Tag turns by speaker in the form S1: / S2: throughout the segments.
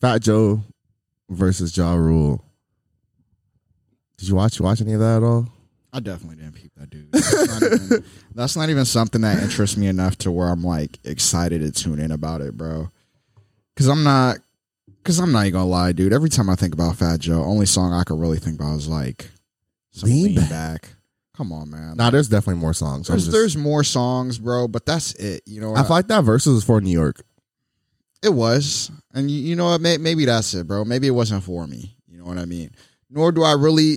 S1: Fat Joe versus Ja Rule. Did you watch watch any of that at all?
S2: I definitely didn't peep that dude. That's not, even, that's not even something that interests me enough to where I'm like excited to tune in about it, bro. Cause I'm not, cause I'm not even gonna lie, dude. Every time I think about Fat Joe, only song I could really think about is like some
S1: Lean
S2: lean,
S1: Back.
S2: back. Come on, man.
S1: Nah, there's definitely more songs. I'm
S2: there's,
S1: just-
S2: there's more songs, bro, but that's it. You know,
S1: I feel like that versus was for New York.
S2: It was, and you, you know what? May, maybe that's it, bro. Maybe it wasn't for me. You know what I mean? Nor do I really.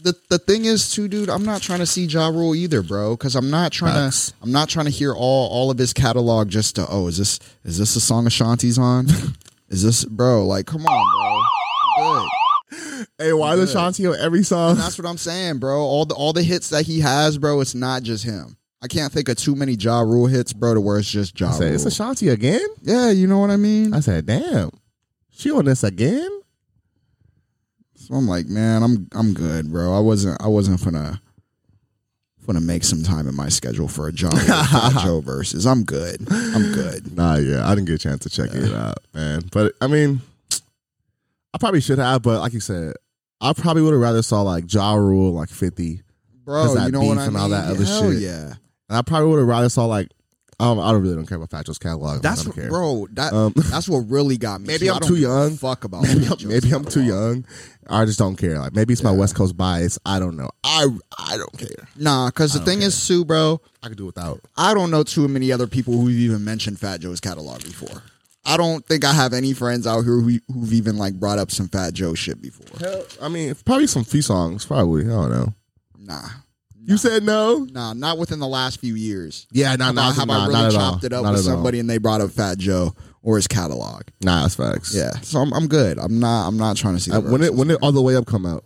S2: The the thing is, too, dude. I'm not trying to see Ja Rule either, bro, because I'm not trying
S1: Facts.
S2: to. I'm not trying to hear all all of his catalog just to. Oh, is this is this a song Ashanti's on? is this bro? Like, come on, bro. You Good.
S1: Hey, why does
S2: Good.
S1: Shanti on every song?
S2: And that's what I'm saying, bro. All the all the hits that he has, bro. It's not just him. I can't think of too many Ja Rule hits, bro, to where it's just Ja
S1: I said,
S2: Rule.
S1: it's Ashanti again?
S2: yeah, you know what I mean.
S1: I said, damn. She on this again?
S2: So I'm like, man, I'm I'm good, bro. I wasn't I wasn't gonna gonna make some time in my schedule for a John Fat Joe versus. I'm good. I'm good.
S1: Nah, yeah, I didn't get a chance to check it out, man. But I mean, I probably should have, but like you said, I probably would have rather saw like Ja Rule, like 50. Cause
S2: Bro,
S1: that
S2: you know
S1: beef
S2: what I mean?
S1: and all that other
S2: Hell
S1: shit.
S2: yeah.
S1: And I probably would have rather saw like, I don't, I don't really don't care about Fat Joe's catalog.
S2: That's
S1: I don't
S2: what,
S1: care.
S2: bro, that
S1: Um,
S2: that's what really got me.
S1: Maybe
S2: too. I
S1: I'm
S2: don't
S1: too
S2: give a
S1: young.
S2: Fuck about
S1: maybe
S2: Fat
S1: I'm,
S2: Joe's
S1: maybe I'm too
S2: catalog.
S1: young. I just don't care. Like maybe it's my
S2: Yeah.
S1: West Coast bias. I don't know. I I don't care.
S2: Nah, cause the thing is too, bro,
S1: I could do without.
S2: I don't know too many other people who've even mentioned Fat Joe's catalog before. I don't think I have any friends out here who, who've even like brought up some Fat Joe shit before.
S1: Hell, I mean, probably some few songs. Probably. I don't know.
S2: Nah.
S1: You said no.
S2: Nah, not within the last few years.
S1: Yeah, not
S2: Nah,
S1: not,
S2: how
S1: nah,
S2: about
S1: not at
S2: really
S1: all.
S2: chopped it up
S1: Not
S2: with
S1: at all.
S2: somebody and they brought up Fat Joe or his catalog?
S1: Nah, that's facts.
S2: Yeah, so I'm, I'm good. I'm not I'm not trying to see the
S1: Uh, when it
S2: verses.
S1: when it all the way up come out.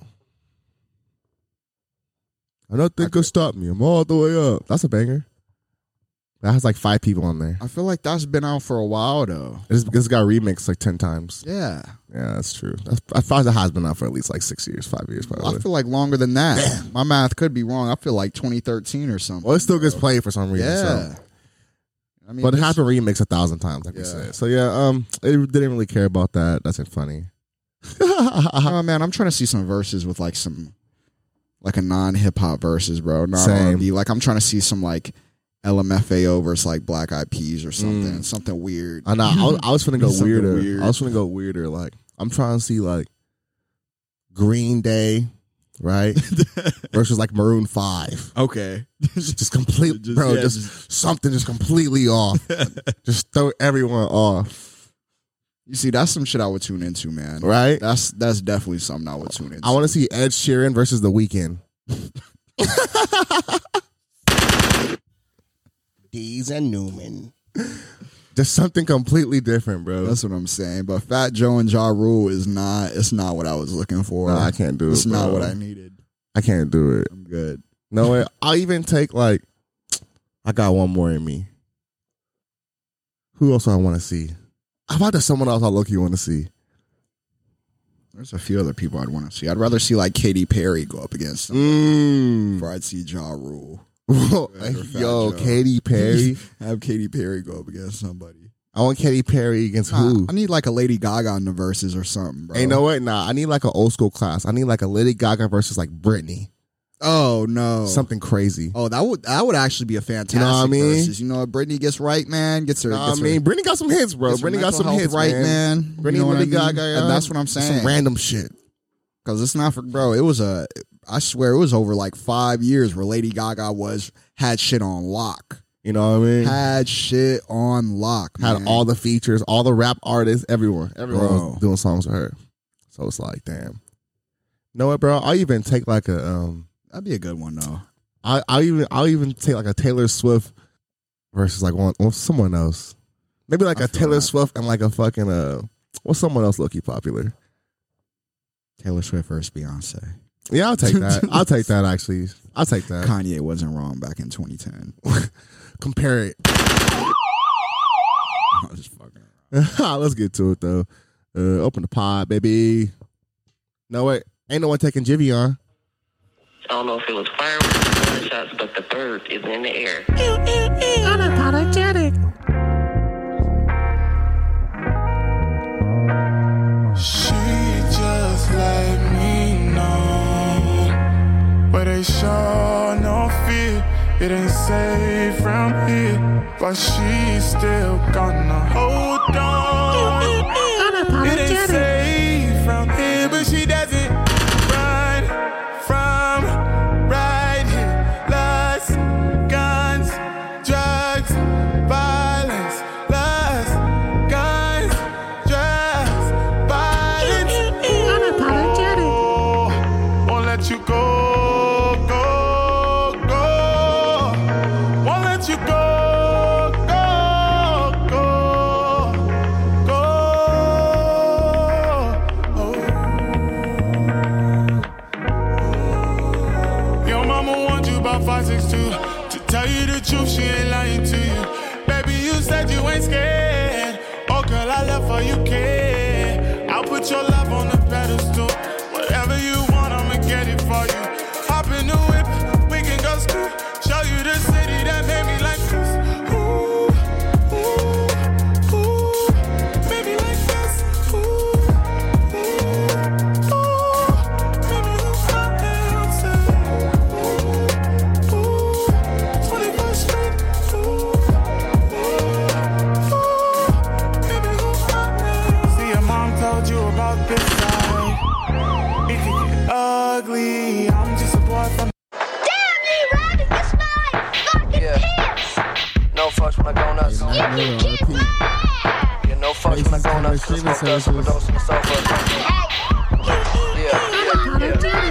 S1: I don't think it'll stop me. I'm all the way up. That's a banger. That has like five people on there.
S2: I feel like that's been out for a while though.
S1: This this got remixed like ten times.
S2: Yeah,
S1: Yeah, that's true. That's, I thought it has been out for at least like six years, five years
S2: I
S1: probably.
S2: feel like longer than that. My math could be wrong. I feel like 2013 or something.
S1: Well, it still gets played for some reason.
S2: yeah,
S1: so.
S2: I mean,
S1: but it
S2: this-
S1: has been remixed a thousand times, like you
S2: Yeah.
S1: said. So yeah, um, it didn't really care about that. That's funny.
S2: Oh man, I'm trying to see some verses with like some like a non hip hop verses, bro. Not
S1: Same.
S2: R&B. Like I'm trying to see some like LMFAO versus like Black Eyed Peas or something, something weird.
S1: Mm. I know. I was, I was finna go
S2: Something
S1: weirder.
S2: weird.
S1: I was finna go weirder. Like I'm trying to see like Green Day, right? Versus like Maroon Five.
S2: okay.
S1: Just complete,
S2: Just-
S1: bro.
S2: yeah,
S1: just, something just completely off. just throw everyone off,
S2: You see, that's some shit I would tune into, man.
S1: right?
S2: That's that's definitely something I would tune into.
S1: I want to see Ed Sheeran versus The Weeknd.
S3: Dees and Newman.
S1: Just something completely different, bro.
S2: that's what I'm saying. But Fat Joe and Ja Rule is not. It's not what I was looking for.
S1: Nah, I can't do it.
S2: It's not
S1: bro.
S2: what I needed.
S1: I can't do it.
S2: I'm good.
S1: No way. I'll even take like I got one more in me. Who else do I want to see? How about there's someone else I look you want to see?
S2: There's a few other people I'd want to see. I'd rather see like Katy Perry go up against them
S1: Mmm.
S3: Mm.
S2: before I'd see Ja Rule. Better Fat
S1: Yo,
S2: Joe.
S1: Katy Perry.
S2: Have Katy Perry go up against somebody.
S1: I want Katy Perry against
S2: Nah,
S1: who?
S2: I need like a Lady Gaga in the verses or something, bro.
S1: Ain't no way. Nah, I need like an old school class. I need like a Lady Gaga versus like Britney.
S2: Oh no.
S1: Something crazy.
S2: Oh, that would that would actually be a fantastic
S1: You know what I mean?
S2: versus. You know, what Britney gets right, man. Gets her.
S1: Nah, I
S2: gets her-
S1: mean, Britney got some hits, bro.
S2: Get some
S1: Britney got
S2: mental
S1: some
S2: health
S1: hits,
S2: right,
S1: man.
S2: man.
S1: Britney,
S2: you know what I
S1: Lily
S2: mean?
S1: Gaga, yeah.
S2: and that's what I'm
S1: Some
S2: saying.
S1: random shit.
S2: Because it's not for bro. It was a, I swear, it was over like five years where Lady Gaga was had shit on lock,
S1: You know what I mean? Had,
S2: had shit on lock, man.
S1: all the features, all the rap artists, everyone, everyone was
S2: Bro.
S1: doing songs with her. So it's like, damn. You know what, bro? I'll even take like a um.
S2: That'd be a good one though.
S1: I, I'll even I'll even take like a Taylor Swift versus like one or someone else. Maybe like
S2: I
S1: a
S2: feel
S1: Taylor
S2: that.
S1: Swift and like a fucking uh what's someone else low-key popular?
S2: Taylor Swift versus Beyonce.
S1: Yeah, I'll take that. I'll take that actually. I'll take that.
S2: Kanye wasn't wrong back in 2010.
S1: Compare it.
S2: I was fucking. around.
S1: Let's get to it though. Uh open the pod, baby. No wait. Ain't no one taking Jivy on.
S4: I don't know if it was fireworks or gunshots, but the bird is in the air.
S5: Unapologetic. ain't sure, no fear. It ain't safe round here, but she still gonna hold on. It ain't safe round here, but she doesn't run from right here. Lust, guns, drugs, violence. Lust, guns, drugs, violence. Ooh, won't let you go, go, go. Won't let you go, go, go, go. Oh. Your mama warned you about 562. To tell you the truth, she ain't lying to you. Baby, you said you ain't scared. Oh, girl, I love for you care. I'll put your love on the pedestal. Whatever you want, I'ma get it for you. Hop in the whip, we can go school. Show you the city that made me like this. Ooh, ooh, ooh, made me like this. Ooh, ooh, ooh, made me lose my head. Ooh, ooh, 21st Street. Ooh, ooh. See, your mom told you about this side. It can get ugly. I'm just a boy from
S6: Damn you, Robbie, kiss my fucking
S7: Yeah.
S6: pants.
S7: No fucks when I go nuts.
S6: You can kiss my ass.
S7: Yeah, no fucks when I go nuts. Just smoke dust, overdose on the sofa. Yeah, yeah,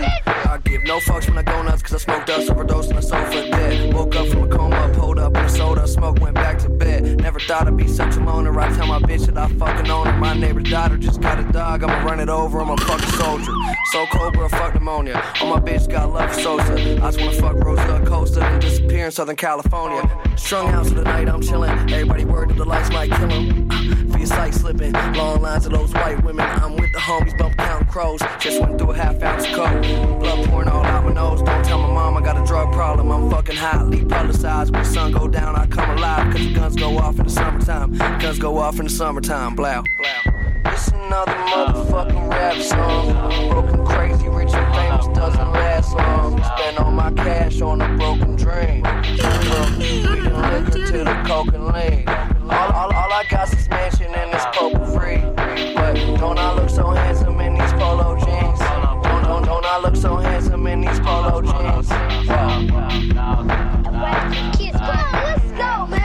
S7: yeah. I give no fucks when I go nuts, cause I smoke dust, overdose on the sofa, dead. Woke up from a coma, pulled up in a soda, smoke, went back to bed. Never thought I'd be such a loner. I tell my bitch that I fucking own her. My neighbor's daughter just got a dog, I'ma run it over, I'm a fucking soldier. So Cobra, fuck pneumonia. All my bitch got love for Sosa. I just wanna fuck Rosa Costa and disappear in Southern California. Strung out to the night, I'm chilling. Everybody worried that the lights might kill him. For your sight slipping, long lines of those white women. I'm with the homies, bump count crows. Just went through a half ounce coke. Blood pouring all out my nose. Don't tell my mom I got a drug problem. I'm fucking highly publicized. When the sun go down, I come alive. Cause the guns go off in the summertime. Guns go off in the summertime. Blow. It's another motherfucking rap song. Broken, crazy, rich and famous doesn't last long. Spend all my cash on a broken dream. We done liquor to the coke and lean. All, all, all I got's this mansion and this purple free. But don't I look so handsome in these polo jeans? Don't, don't, don't I look so handsome in these polo jeans? Wow.
S6: Let's go, man.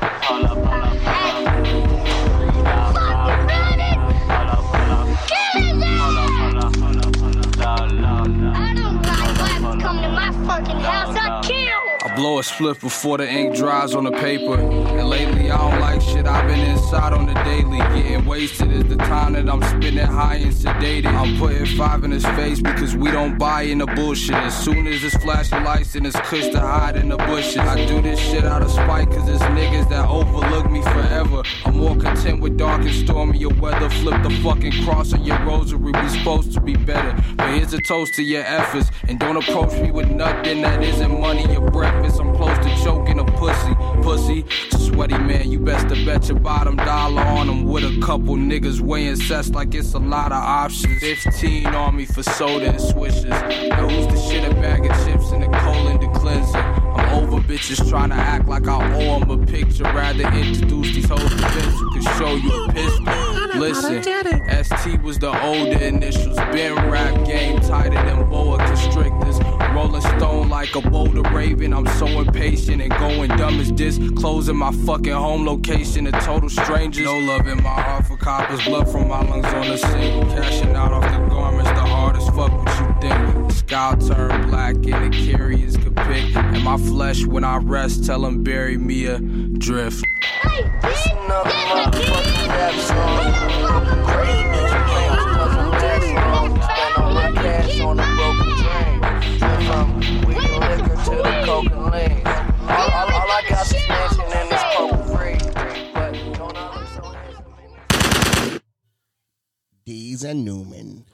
S6: Hey. Fucking run it. Kill his ass. I don't like wives come to my fucking house. I kill.
S8: I blow a split before the ink dries on the paper. And lately, I don't like shit. I've been inside on the daily. Getting wasted is the time that I'm spending high and sedated. I'm putting five in his face because we don't buy in the bullshit. As soon as it's flashing lights and it's cush to hide in the bushes. I do this shit out of spite because it's niggas that overlook me forever. I'm more content with dark and stormy your weather. Flip the fucking cross on your rosary. We supposed to be better. But here's a toast to your efforts. And don't approach me with nothing that isn't money or breakfast. I'm close to choking a pussy. Pussy, sweaty man, you best to bet your bottom dollar on him with a couple niggas weighing sets like it's a lot of options. 15 on me for soda and swishes. Now who's the shit a bag of chips and a colon to cleanse it? I'm over bitches trying to act like I owe 'em a picture. Rather introduce these hoes to bitch who can show you a pistol. Listen, ST was the older initials. Been rap game tighter than boa constrictors. Rolling stone like a boulder raven. I'm so impatient and going dumb as this. Closing my fucking home location to total strangers. No love in my heart for coppers. Blood from my lungs on the sink. Cashing out off the garments. The hardest fuck what you think. The sky turned black and the curious could pick. And my flesh when I rest, tell 'em bury me a drift.
S6: Hey, bitch.
S7: Another
S6: Get the
S7: motherfucking
S6: kid.
S7: rap song.
S6: Get the fucking
S7: Crazy
S6: creep.
S7: rich and famous doesn't last long. Spend all my cash on a broken dream. Drip from weed and liquor to the coke and lean. All, all, all I got's this mansion and this purple free. But don't I look so handsome?
S3: Deez and Newman.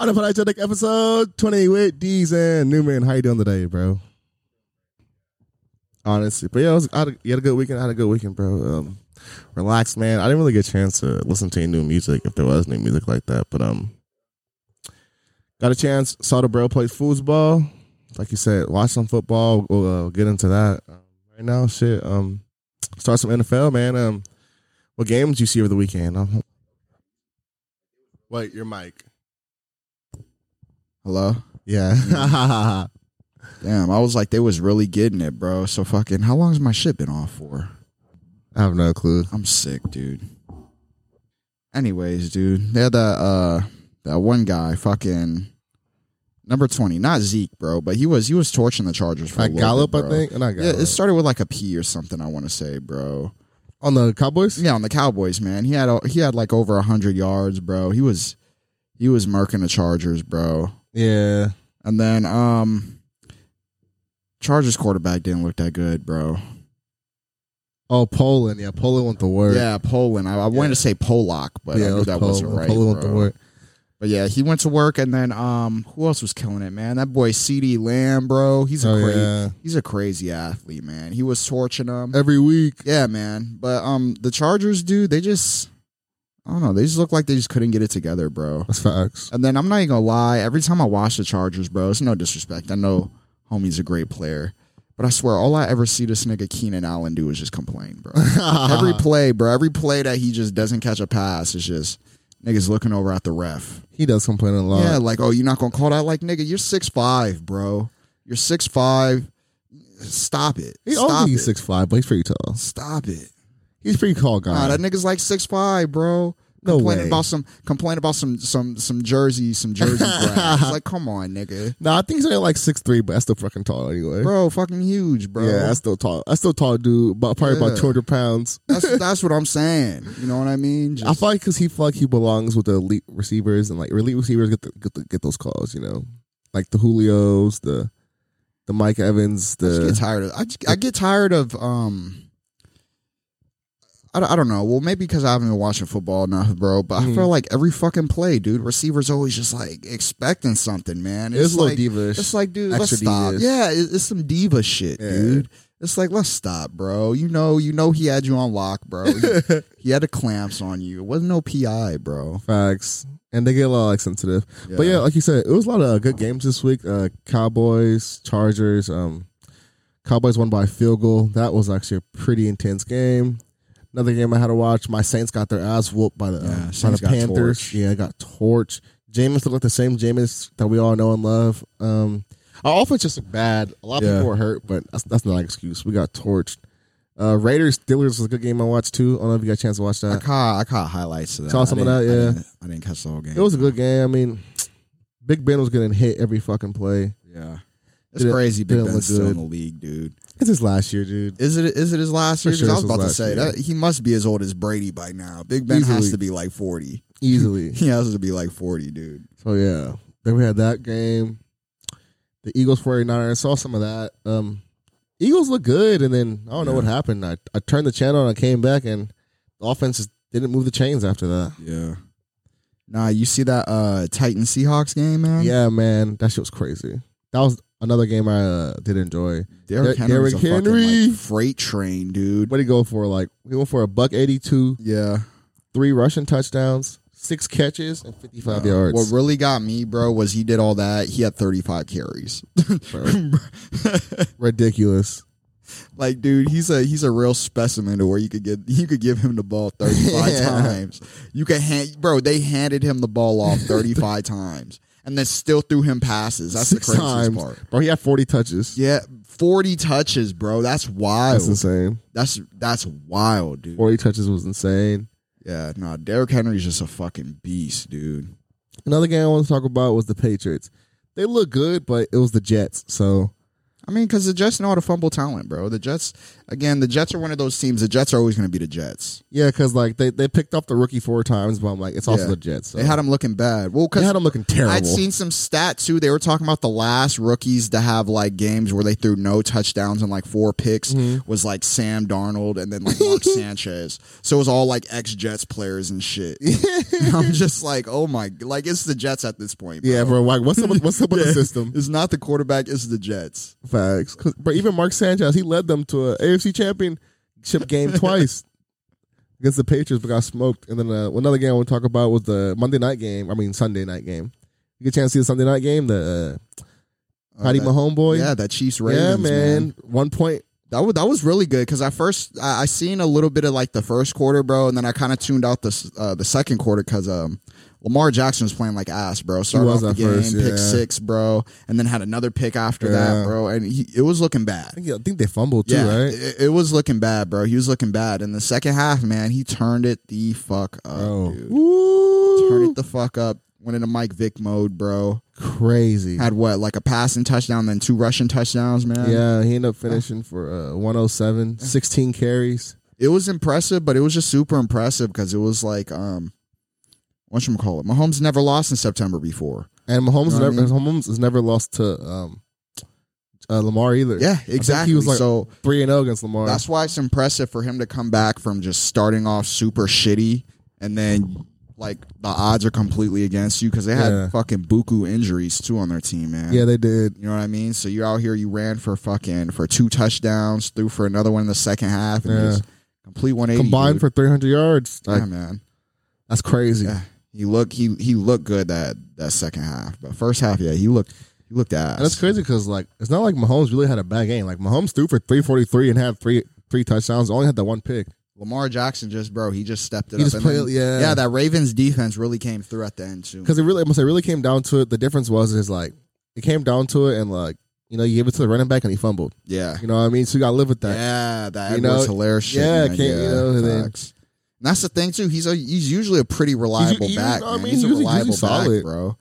S1: Unapologetic episode 20 with D's and Newman. How you doing today, bro? Honestly, but yeah, it was, I had a, you had a good weekend. I had a good weekend, bro. Um, relax, man. I didn't really get a chance to listen to any new music if there was new music like that, but um, Got a chance. Saw the bro play foosball. Like you said, watch some football. We'll uh, get into that um, right now. Shit. Um, start some NFL, man. Um, what games you see over the weekend? Um, wait, your mic.
S2: Hello?
S1: Yeah.
S2: Damn, I was like, they was really getting it, bro. So fucking, how long's my shit been off for?
S1: I have no clue.
S2: I'm sick, dude. Anyways, dude, they're the uh that one guy, fucking number twenty, not Zeke, bro, but he was he was torching the Chargers for a
S1: Like
S2: little
S1: Gallup,
S2: bit,
S1: I
S2: bro.
S1: think. Not
S2: Yeah,
S1: Gallup.
S2: it started with like a P or something. I want to say, bro.
S1: on the Cowboys.
S2: Yeah, on the Cowboys, man. He had a- he had like over hundred yards, bro. He was he was murking the Chargers, bro.
S1: Yeah.
S2: And then um Chargers quarterback didn't look that good, bro.
S1: Oh, Poland. Yeah, Poland went the word.
S2: Yeah, Poland. I, I wanted to say Polak, but I
S1: yeah, it
S2: knew
S1: was
S2: that
S1: Poland.
S2: wasn't right.
S1: Poland went the
S2: bro.
S1: word.
S2: But yeah, he went to work, and then um, who else was killing it, man? That boy C.D. Lamb, bro. He's a
S1: Oh,
S2: crazy,
S1: yeah.
S2: he's a crazy athlete, man. He was torching them.
S1: Every week.
S2: Yeah, man. But um, the Chargers, dude, they just, I don't know, they just look like they just couldn't get it together, bro.
S1: That's facts.
S2: And then I'm not even gonna lie. Every time I watch the Chargers, bro, it's no disrespect. I know homie's a great player, but I swear all I ever see this nigga Keenan Allen do is just complain, bro. every play, bro, every play that he just doesn't catch a pass is just niggas looking over at the ref.
S1: He does complain a lot.
S2: Yeah, like oh, you're not gonna call that? Like nigga, you're six five, bro. You're six five. Stop it.
S1: He
S2: Stop
S1: only
S2: it.
S1: six five, but he's pretty tall.
S2: Stop it.
S1: He's a pretty tall guy.
S2: Nah, that nigga's like six five, bro.
S1: No
S2: complaining
S1: way.
S2: about some complain about some some some jersey some jersey grass. like come on, nigga.
S1: No, I think he's only like six three, but that's still fucking tall anyway.
S2: Bro, fucking huge, bro.
S1: Yeah, that's
S2: that's,
S1: still tall. That's still tall, dude. But probably about
S2: Yeah.
S1: two hundred pounds.
S2: that's what I'm saying. You know what I mean?
S1: I
S2: Just,
S1: feel like because he feel like he belongs with the elite receivers and like elite receivers get the, get, the, get those calls, you know, like the Julios, the the Mike Evans,
S2: I just get
S1: the
S2: tired of. I, just- I get tired of. Um, I, don't- I don't know. Well, maybe because I haven't been watching football enough, bro. But
S1: Mm-hmm.
S2: I feel like every fucking play, dude, receivers always just like expecting something, man.
S1: It's a little
S2: like,
S1: diva-ish.
S2: It's like, dude,
S1: Extra
S2: let's stop.
S1: diva-ish.
S2: Yeah, it, it's some diva shit,
S1: Yeah.
S2: dude. It's like let's stop, bro. You know, you know, he had you on lock, bro. He, he had the clamps on you. It wasn't no PI, bro.
S1: facts, and they get a lot like sensitive. But
S2: Yeah.
S1: yeah, like you said, it was a lot of good games this week. Uh, Cowboys, Chargers. Um, Cowboys won by a field goal. That was actually a pretty intense game. Another game I had to watch. My Saints got their ass whooped by the um,
S2: Yeah,
S1: by the
S2: Saints got
S1: Panthers.
S2: torched.
S1: Yeah, got torch. Jameis looked like the same Jameis that we all know and love. Um, our offense just looked bad. A lot of
S2: Yeah.
S1: people were hurt, but that's, that's not an excuse. We got torched. Uh, Raiders Steelers was a good game I watched too. I don't know if you got a chance to watch
S2: I
S1: that.
S2: caught, I caught highlights of that.
S1: Saw some
S2: I
S1: of that,
S2: didn't-
S1: yeah.
S2: I didn't, I didn't catch the whole game.
S1: It was a good game. I mean, Big Ben was getting hit every fucking play.
S2: Yeah. It's
S1: Didn't-
S2: crazy. Big
S1: didn't look
S2: Ben's still
S1: good.
S2: in the league, dude.
S1: This is last year, dude.
S2: Is it? Is it his last
S1: For
S2: year? 'Cause
S1: sure
S2: I
S1: it's
S2: was
S1: his
S2: about to
S1: last
S2: say
S1: year.
S2: that he must be as old as Brady by now. Big Ben
S1: Easily.
S2: has to be like forty.
S1: Easily.
S2: He has to be like forty, dude.
S1: So yeah, then we had that game. The Eagles 49ers saw some of that. Um, Eagles look good, and then I don't know what happened. I, I turned the channel and I came back, and the offense just didn't move the chains after that.
S2: Yeah. Nah, you see that uh Titan Seahawks game, man?
S1: Yeah, man, that shit was crazy. That was another game I uh, did enjoy.
S2: Derrick
S1: Der-
S2: Henry's a
S1: Derrick
S2: fucking, like,
S1: Henry.
S2: freight train, dude.
S1: What did he go for? Like he went for a buck eighty-two,
S2: Yeah.
S1: three rushing touchdowns, six catches, and fifty-five yards.
S2: Uh, What really got me, bro, was he did all that. He had thirty five carries.
S1: Ridiculous.
S2: Like, dude, he's a he's a real specimen to where you could get you could give him the ball thirty five
S1: Yeah.
S2: times. You could hand bro, they handed him the ball off thirty five times and then still threw him passes. That's
S1: Six
S2: the craziest
S1: times,
S2: part.
S1: bro. He had forty touches.
S2: Yeah, forty touches, bro. That's wild.
S1: That's
S2: That's
S1: insane.
S2: that's, wild, dude.
S1: Forty touches was insane.
S2: Yeah, no, nah, Derrick Henry's just a fucking beast, dude.
S1: Another game I want to talk about was the Patriots. They look good, but it was the Jets. So
S2: I mean, because the Jets know how to fumble talent, bro. The Jets, again, the Jets are one of those teams. The Jets are always going to be the Jets.
S1: yeah, because like they, they picked up the rookie four times, but I'm like, it's also
S2: Yeah.
S1: the Jets. So.
S2: They had him looking bad. Well, because
S1: They had 'em looking terrible.
S2: I'd seen some stat too. They were talking about the last rookies to have like games where they threw no touchdowns and like four picks
S1: Mm-hmm.
S2: was like Sam Darnold and then like Mark Sanchez. So it was all like ex Jets players and shit. And I'm just like, oh my, like it's the Jets at this point.
S1: yeah, bro.
S2: bro.
S1: Like, what's up? With, what's up with the system?
S2: It's not the quarterback. It's the Jets.
S1: Facts. 'Cause- But even Mark Sanchez, he led them to a AFC Championship game twice against the Patriots, but got smoked. And then uh, another game I want to talk about was the Monday night game. I mean Sunday night game. you get a chance to see the Sunday night game, the uh, Patty,
S2: Oh, that-
S1: my homeboy.
S2: Yeah, that Chiefs Ravens.
S1: yeah, man.
S2: man.
S1: One point.
S2: That was that was really good because I first I, I seen a little bit of like the first quarter, bro, and then I kind of tuned out the s- uh, the second quarter because um Lamar Jackson was playing like ass, bro. Started
S1: was
S2: off the
S1: at
S2: game,
S1: first,
S2: pick
S1: yeah.
S2: six, bro, and then had another pick after
S1: Yeah.
S2: that, bro, and he, it was looking bad.
S1: I think, I think they fumbled too,
S2: yeah,
S1: right?
S2: it, it was looking bad, bro. He was looking bad. In the second half, man, he turned it the fuck up,
S1: Oh.
S2: dude. Turned it the fuck up. Went into Mike Vick mode, bro.
S1: Crazy.
S2: Had what like a passing touchdown, then two rushing touchdowns, man.
S1: Yeah, he ended up finishing for uh, 107, 16 carries.
S2: it was impressive, but it was just super impressive because it was like um what should call it? Mahomes never lost in September before.
S1: And Mahomes,
S2: You know what I
S1: never, Mahomes has never lost to um, uh, Lamar either.
S2: Yeah, exactly.
S1: was like- Oh,
S2: so
S1: 3 and 0 against Lamar.
S2: that's why it's impressive for him to come back from just starting off super shitty and then like the odds are completely against you because they had
S1: Yeah.
S2: fucking buku injuries too on their team, man.
S1: yeah, they did.
S2: you know what I mean? So you're out here, you ran for fucking for two touchdowns, threw for another one in the second half, and
S1: Yeah.
S2: just complete 180.
S1: Combined
S2: dude.
S1: for 300 yards.
S2: yeah,
S1: Like,
S2: man.
S1: that's crazy.
S2: Yeah. He looked he he looked good that that second half, but first half, yeah, he looked he looked ass.
S1: And that's crazy because like it's not like Mahomes really had a bad game. Like Mahomes threw for 343 and had three three touchdowns. Only had that one pick.
S2: Lamar Jackson just bro, he just stepped it
S1: He
S2: up.
S1: just
S2: And then-
S1: played- yeah.
S2: yeah, that Ravens defense really came through at the end too.
S1: Because it really, I must say, it really came down to it. The difference was is like it came down to it, and like you know, you gave it to the running back and he fumbled.
S2: Yeah,
S1: You know what I mean? So you got to live with that.
S2: yeah, that
S1: You
S2: Edwards
S1: know,
S2: hilarious shit.
S1: yeah,
S2: man.
S1: can't- you know, then-
S2: facts. And that's the thing too. He's a he's usually a pretty reliable
S1: usually-
S2: back.
S1: I
S2: man.
S1: mean,
S2: he's a
S1: usually-
S2: reliable
S1: usually solid.
S2: back, bro.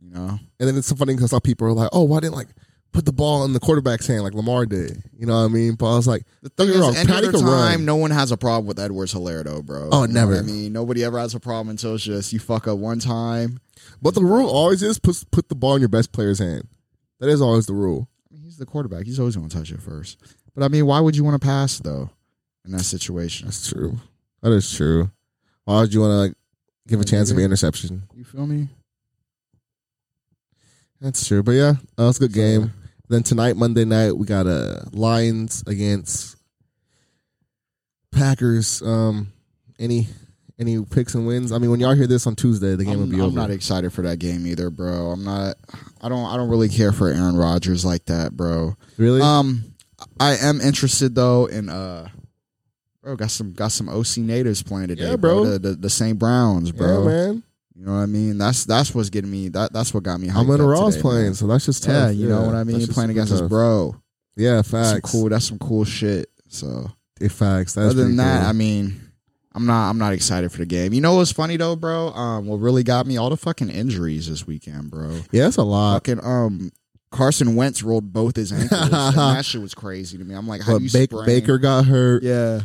S2: You know,
S1: And then it's so funny because people are like, "Oh, why didn't like put the ball in the quarterback's hand like Lamar did?" You know what I mean? But I was like,
S2: The
S1: Don't
S2: thing
S1: get
S2: is,
S1: me wrong,
S2: any
S1: Patty
S2: other
S1: can
S2: time,
S1: run.
S2: no one has a problem with Edwards Hilaire, though, bro.
S1: Oh,
S2: You know what
S1: never.
S2: I mean, nobody ever has a problem until it's just you fuck up one time.
S1: but the rule always is put put the ball in your best player's hand. That is always the rule.
S2: I mean, he's the quarterback. He's always going to touch it first. But I mean, why would you want to pass though in that situation?
S1: That's true. That is true. Why would you want to like give a chance of an interception?
S2: You feel me?
S1: That's true. But yeah, that was a good game. Then tonight, Monday night, we got uh, Lions against Packers. Um, any any picks and wins? I mean, when y'all hear this on Tuesday, the game will
S2: I'm,
S1: be
S2: I'm
S1: over.
S2: not excited for that game either, bro. I'm not. I don't. I don't really care for Aaron Rodgers like that, bro.
S1: really?
S2: Um, I am interested though in uh, bro. Got some got some OC natives playing today,
S1: Yeah, bro.
S2: The, the, the St. Browns, bro.
S1: yeah, man.
S2: You know what I mean? That's that's what's getting me. That that's what got me.
S1: I'm
S2: hyped
S1: in
S2: up
S1: Ross
S2: today,
S1: playing,
S2: man.
S1: so that's just tough.
S2: Yeah, you know what I
S1: that's
S2: mean.
S1: just
S2: Playing against his
S1: tough.
S2: bro.
S1: Yeah,
S2: That's some
S1: facts.
S2: cool. That's some cool shit. So
S1: Yeah, facts. That's
S2: other
S1: pretty
S2: than that,
S1: cool.
S2: I mean, I'm not. I'm not excited for the game. You know what's funny though, bro? Um, what really got me all the fucking injuries this weekend, bro.
S1: yeah, that's a lot.
S2: Fucking um, Carson Wentz rolled both his ankles. and that shit was crazy to me. I'm like, how do
S1: But
S2: you
S1: Bak-
S2: sprain-
S1: Baker got hurt.
S2: yeah,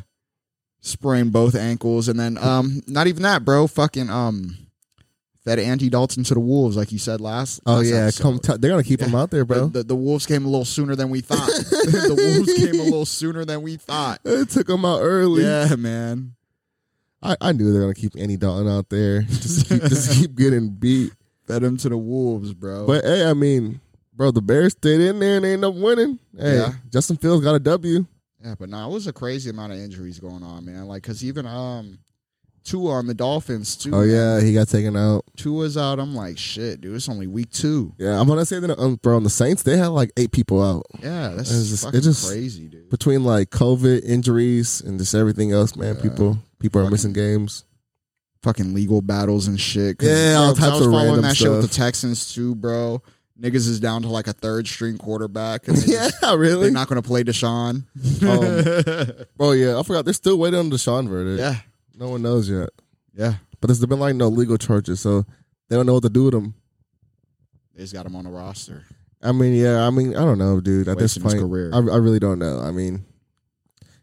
S2: sprained both ankles, and then um, not even that, bro. Fucking um, fed Andy Dalton to the wolves, like you said last.
S1: Oh
S2: last
S1: yeah,
S2: episode.
S1: come. T- they're gonna keep him out there, bro.
S2: The, the, the wolves came a little sooner than we thought. the wolves came a little sooner than we thought.
S1: They took him out early.
S2: Yeah, man.
S1: I, I knew they were gonna keep Andy Dalton out there. Just keep just keep getting beat.
S2: Fed him to the wolves, bro.
S1: But hey, I mean, bro, the Bears stayed in there and they ended up winning. Hey,
S2: Yeah.
S1: Justin Fields got a W.
S2: yeah, but nah, it was a crazy amount of injuries going on, man. Like, cause even um, Tua on the Dolphins too.
S1: Oh yeah, he got taken out.
S2: Tua's out. I'm like, shit, dude. It's only week two.
S1: Yeah, I'm gonna say that um, bro, on the Saints they had like eight people out
S2: Yeah, that's
S1: It's just-
S2: fucking
S1: it just-
S2: crazy, dude.
S1: between like COVID injuries and just everything else. Man,
S2: Yeah.
S1: people people are
S2: Fucking-
S1: missing games.
S2: fucking legal battles and shit. 'Cause,
S1: Yeah,
S2: bro,
S1: all
S2: 'cause
S1: types
S2: I was
S1: of
S2: following
S1: random
S2: that shit with the
S1: stuff.
S2: Texans too, bro. Niggas is down to like a third string quarterback. And they
S1: yeah,
S2: just-
S1: really,
S2: They're not going to play Deshaun. Um,
S1: bro. Yeah, I forgot they're still waiting on the Deshaun verdict.
S2: yeah.
S1: no one knows yet.
S2: Yeah.
S1: But there's been like no legal charges, so they don't know what to do with him.
S2: They just got him on the roster.
S1: I mean, yeah, I mean, I don't know, dude. At
S2: Wasting
S1: this
S2: his
S1: point,
S2: career.
S1: I, I really don't know. I mean,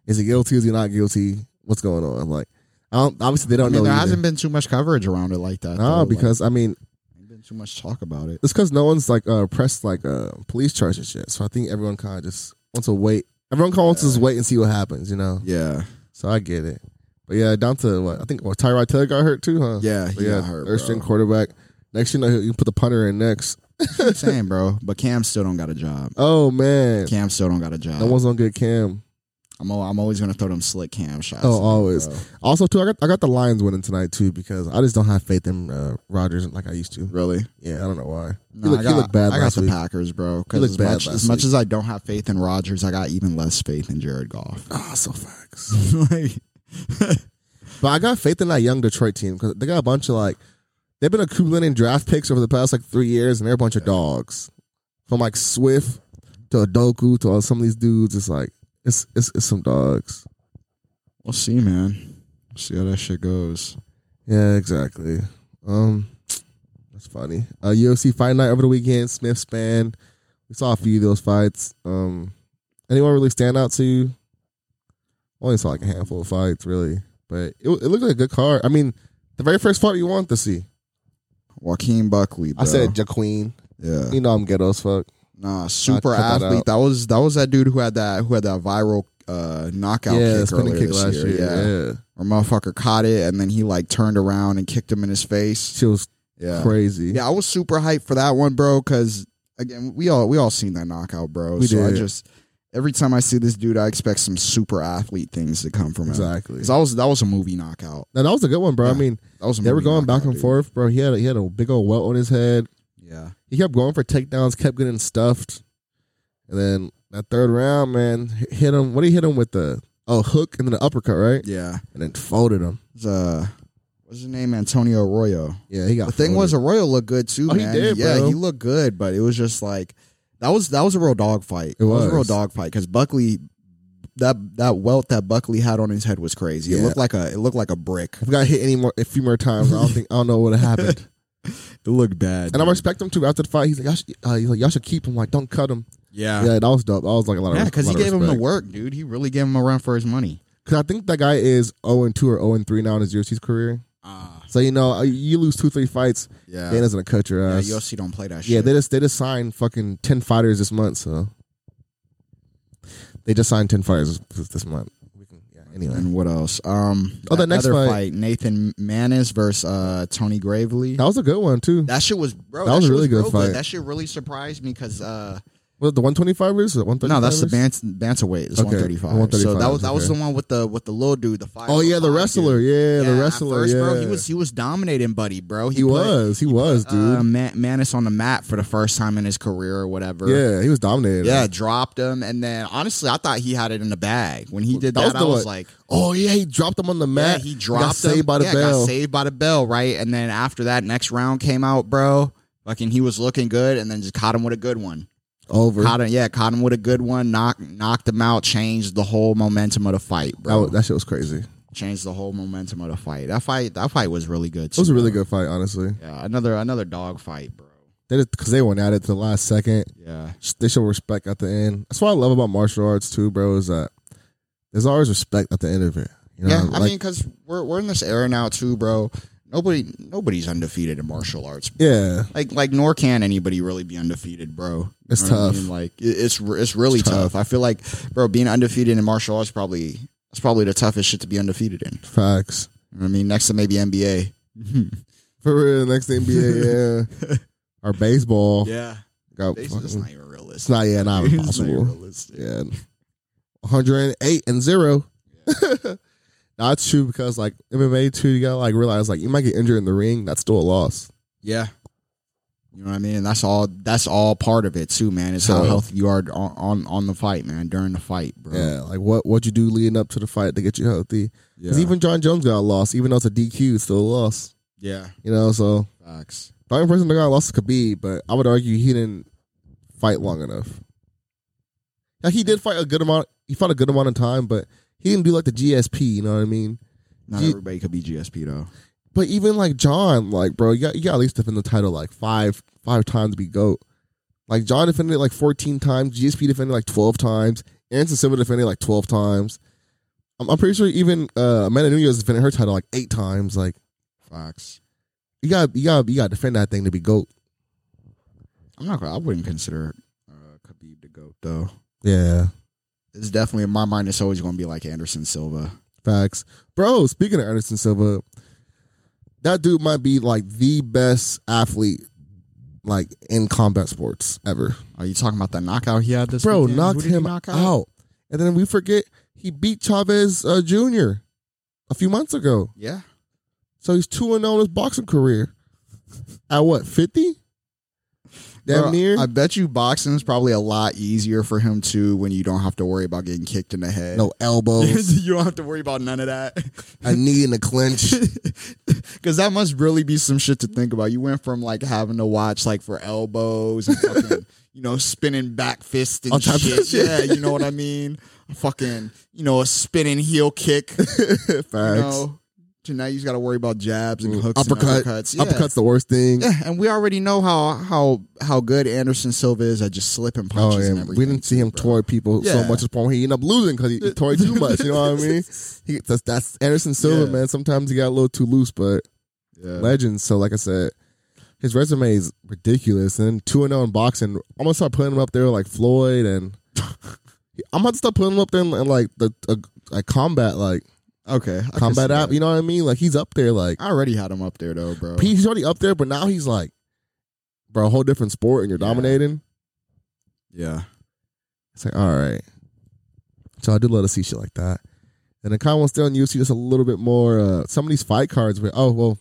S1: is he guilty? Is he not guilty? What's going on? Like, I don't, obviously they
S2: I
S1: don't
S2: mean,
S1: know.
S2: there
S1: either.
S2: hasn't been too much coverage around it like that.
S1: Nah,
S2: though.
S1: because I mean,
S2: like, ain't been too much talk about it.
S1: it's because no one's like uh, pressed like uh, police charges yet. So I think everyone kind of just wants to wait. Everyone kinda wants to just wait and see what happens, you know.
S2: Yeah,
S1: So I get it. But yeah, down to what I think. Well, Tyrod Taylor got hurt too, huh?
S2: yeah, he
S1: But yeah.
S2: got hurt.
S1: Third string quarterback. Next, you know, you put the punter in next.
S2: bro. Same, bro. But Cam still don't got a job.
S1: Oh man,
S2: Cam still don't got a job.
S1: no one's gonna get Cam.
S2: I'm al- I'm always gonna throw them slick cam shots.
S1: Oh,
S2: at him,
S1: always.
S2: bro.
S1: Also, too, I got I got the Lions winning tonight too because I just don't have faith in uh, Rodgers like I used to.
S2: Really?
S1: Yeah, I don't know why. he
S2: No,
S1: looked
S2: I got,
S1: he looked bad
S2: I got
S1: last
S2: the
S1: week.
S2: Packers, bro.
S1: He
S2: Because
S1: looked
S2: as,
S1: bad
S2: much,
S1: last
S2: as much
S1: week.
S2: as I don't have faith in Rodgers, I got even less faith in Jared Goff.
S1: Ah, so facts.
S2: like,
S1: But I got faith in that young Detroit team because they got a bunch of like they've been accumulating draft picks over the past like three years, and they're a bunch of dogs from like Swift to Adoku to all some of these dudes. It's like it's it's, it's some dogs.
S2: we'll see, man. We'll see how that shit goes.
S1: Yeah, exactly. Um, that's funny. Uh, UFC fight night over the weekend. Smith span. We saw a few of those fights. Um, anyone really stand out to you? Only saw like a handful of fights, really, but it, it looked like a good card. I mean, the very first fight you want to see.
S2: Joaquin Buckley, bro.
S1: I said Jaqueen.
S2: yeah.
S1: You know I'm ghetto as fuck.
S2: Nah, super
S1: cut that
S2: athlete.
S1: out.
S2: That, was that was that dude who had that who had that viral uh, knockout
S1: yeah,
S2: kick
S1: spinning
S2: earlier
S1: kick
S2: this
S1: last
S2: year.
S1: year.
S2: Yeah.
S1: Yeah.
S2: Or motherfucker caught it and then he like turned around and kicked him in his face.
S1: she was
S2: Yeah.
S1: crazy.
S2: Yeah, I was super hyped for that one, bro, because again, we all we all seen that knockout, bro.
S1: We
S2: so I
S1: did.
S2: just every time I see this dude, I expect some super athlete things to come from him.
S1: Exactly.
S2: 'Cause that was that was a movie knockout.
S1: Now, that was a good one, bro. I
S2: Yeah.
S1: mean,
S2: That was a
S1: they were
S2: movie
S1: going back
S2: knockout,
S1: and
S2: dude.
S1: forth, bro. He had a, he had a big old welt on his head.
S2: Yeah.
S1: he kept going for takedowns, kept getting stuffed, and then that third round, man, h- hit him. What did he hit him with the oh hook and then the uppercut, right?
S2: Yeah.
S1: And then folded him.
S2: It's, uh what's his name? Antonio Arroyo.
S1: Yeah, he got.
S2: The thing was,
S1: folded.
S2: Arroyo looked good too,
S1: Oh, he
S2: man.
S1: did,
S2: yeah,
S1: bro.
S2: he looked good, but it was just like that was that was a real dog fight.
S1: It
S2: That was a real
S1: was.
S2: dog fight because Buckley, that that welt that Buckley had on his head was crazy. It
S1: Yeah.
S2: looked like a it looked like a brick.
S1: if I got hit any more, a few more times, I don't think I don't know what happened.
S2: It looked bad.
S1: And I respect him too. After the fight, he's like, y'all should, uh, he's like, y'all should keep him. Like, don't cut him.
S2: yeah,
S1: Yeah, that was dope. That was like a lot of
S2: yeah,
S1: because
S2: because he gave him the work, dude. He really gave him a run for his money.
S1: Because I think that guy is zero and two or zero and three now in his UFC's career.
S2: Ah,
S1: So you know, uh, you lose two, three fights,
S2: yeah,
S1: Dana's gonna cut your
S2: yeah.
S1: ass.
S2: UFC don't play that shit.
S1: Yeah, they just they just signed fucking ten fighters this month, so they just signed ten fighters this, this month. We can, yeah. Anyway,
S2: and what else? Um,
S1: Oh, the
S2: that
S1: next
S2: other
S1: fight-
S2: Nathan Manis versus uh, Tony Gravely.
S1: that was a good one too.
S2: That shit was bro.
S1: That was a
S2: shit
S1: really good
S2: real
S1: fight.
S2: That shit really surprised me because uh,
S1: Was it the one twenty five versus one thirty?
S2: no, that's the bant- bantamweight. It's
S1: Okay,
S2: one thirty five. So
S1: 135,
S2: that was that was
S1: okay.
S2: the one with the with the little dude. The five.
S1: Oh yeah, the
S2: five
S1: wrestler.
S2: dude.
S1: Yeah, the
S2: at
S1: wrestler.
S2: first,
S1: yeah,
S2: bro, he was he was dominating, buddy, bro.
S1: He was. He was,
S2: put, uh,
S1: dude.
S2: Man- Manis on the mat for the first time in his career or whatever.
S1: yeah, he was dominated.
S2: Yeah, dropped him, and then honestly, I thought he had it in the bag when he did
S1: That was
S2: that. I
S1: the
S2: was
S1: one-
S2: like,
S1: Oh yeah, he dropped him on the mat.
S2: yeah, he
S1: got
S2: dropped
S1: saved
S2: him.
S1: by the
S2: yeah,
S1: bell.
S2: Got saved by the bell, right? And then after that, next round came out, bro. Fucking, he was looking good, and then just caught him with a good one.
S1: Over.
S2: Caught him, yeah, caught him with a good one. Knocked, knocked him out. Changed the whole momentum of the fight,
S1: That,
S2: bro.
S1: was, that shit was crazy. It
S2: changed the whole momentum of the fight. That fight, that fight was really good. Too,
S1: was a really
S2: bro.
S1: good fight, honestly.
S2: Yeah, another another dog fight, bro.
S1: They just because they went at it to the last second.
S2: Yeah,
S1: they show respect at the end. That's what I love about martial arts too, bro. Is that there's always respect at the end of it. You know,
S2: yeah. I
S1: like,
S2: mean, because we're we're in this era now too, bro. Nobody nobody's undefeated in martial arts,
S1: yeah,
S2: like like nor can anybody really be undefeated, bro. You
S1: It's
S2: know what
S1: tough.
S2: Like it, it's re- it's really tough. I feel like, bro, being undefeated in martial arts probably that's probably the toughest shit to be undefeated in.
S1: facts
S2: You know what I mean, next to maybe NBA.
S1: for real. Next NBA, yeah, or baseball.
S2: Yeah,
S1: Got
S2: it's
S1: fucking-
S2: just not even
S1: Oh, it's
S2: realistic.
S1: not yeah, not
S2: It's not even
S1: impossible.
S2: realistic.
S1: Yeah, 108 and zero. That's true because like MMA too, you gotta like realize like you might get injured in the ring. That's still a loss.
S2: Yeah. You know what I mean? And that's all. That's all part of it too, man. It's how
S1: So-
S2: healthy you are on, on on the fight, man. During the fight, bro.
S1: Yeah, like what what you do leading up to the fight to get you healthy.
S2: Yeah.
S1: Because even John Jones got a loss, even though it's a DQ, it's still a loss.
S2: yeah.
S1: You know, so
S2: Facts.
S1: The only person that got lost is Khabib, but I would argue he didn't fight long enough. Now he did fight a good amount. He fought a good amount of time, but he didn't do like the GSP. You know what I mean?
S2: Not
S1: Ye-
S2: everybody could be GSP though.
S1: But even like John, like bro, you got, you got at least defend the title like five five times to be goat. Like John defended it like fourteen times. GSP defended like twelve times. Anderson Silva defended like twelve times. I'm, I'm pretty sure even uh, Amanda Nunez defended her title like eight times. Like
S2: Facts.
S1: you got you got you got to defend that thing to be goat.
S2: I'm not. gonna- I wouldn't consider uh, Khabib the goat though.
S1: Yeah.
S2: It's definitely in my mind. It's always going to be like Anderson Silva.
S1: Facts. Bro, speaking of Anderson Silva, that dude might be like the best athlete like in combat sports ever.
S2: Are you talking about that knockout he had this?
S1: Bro,
S2: weekend? Who
S1: knocked
S2: did he
S1: him
S2: knock
S1: out? And then we forget He beat Chavez uh, Jr. a few months ago.
S2: Yeah.
S1: So he's 2 0 in his boxing career. At what, 50? Damn
S2: Bro,
S1: near?
S2: I bet you boxing is probably a lot easier for him too when you don't have to worry about getting kicked in the head.
S1: no elbows.
S2: you don't have to worry about none of that.
S1: a knee in a clinch.
S2: Because that must really be some shit to think about. You went from like having to watch like for elbows and fucking, you know, spinning back fists
S1: All
S2: and
S1: types of
S2: shit.
S1: shit.
S2: Yeah, you know what I mean? Fucking, you know, a spinning heel kick.
S1: Facts.
S2: You know, to now you just got to worry about jabs and hooks
S1: uppercut.
S2: and uppercuts.
S1: Uppercut's,
S2: Yeah.
S1: the worst thing.
S2: Yeah, and we already know how how how good Anderson Silva is at just slipping
S1: Oh,
S2: punches and
S1: yeah.
S2: everything.
S1: We didn't see him
S2: bro.
S1: tore people so
S2: Yeah.
S1: much as Paul. He ended up losing because he, he tore too much. You know what I mean? He, that's, that's Anderson Silva,
S2: Yeah.
S1: man. Sometimes he got a little too loose, but
S2: Yeah.
S1: legends. So, like I said, his resume is ridiculous. And two and zero in boxing. I'm gonna start putting him up there like Floyd, and I'm gonna start putting him up there in, in, like the uh, like combat, like
S2: Okay, I can
S1: combat
S2: see
S1: app.
S2: that.
S1: You know what I mean? Like he's up there. Like
S2: I already had him up there though, bro.
S1: he's already up there, but now he's like, bro, a whole different sport, and you're
S2: Yeah.
S1: dominating.
S2: yeah,
S1: It's like, all right. So I do love to see shit like that. And I kind of want to stay on UFC just a little bit more. Uh, some of these fight cards, but oh well,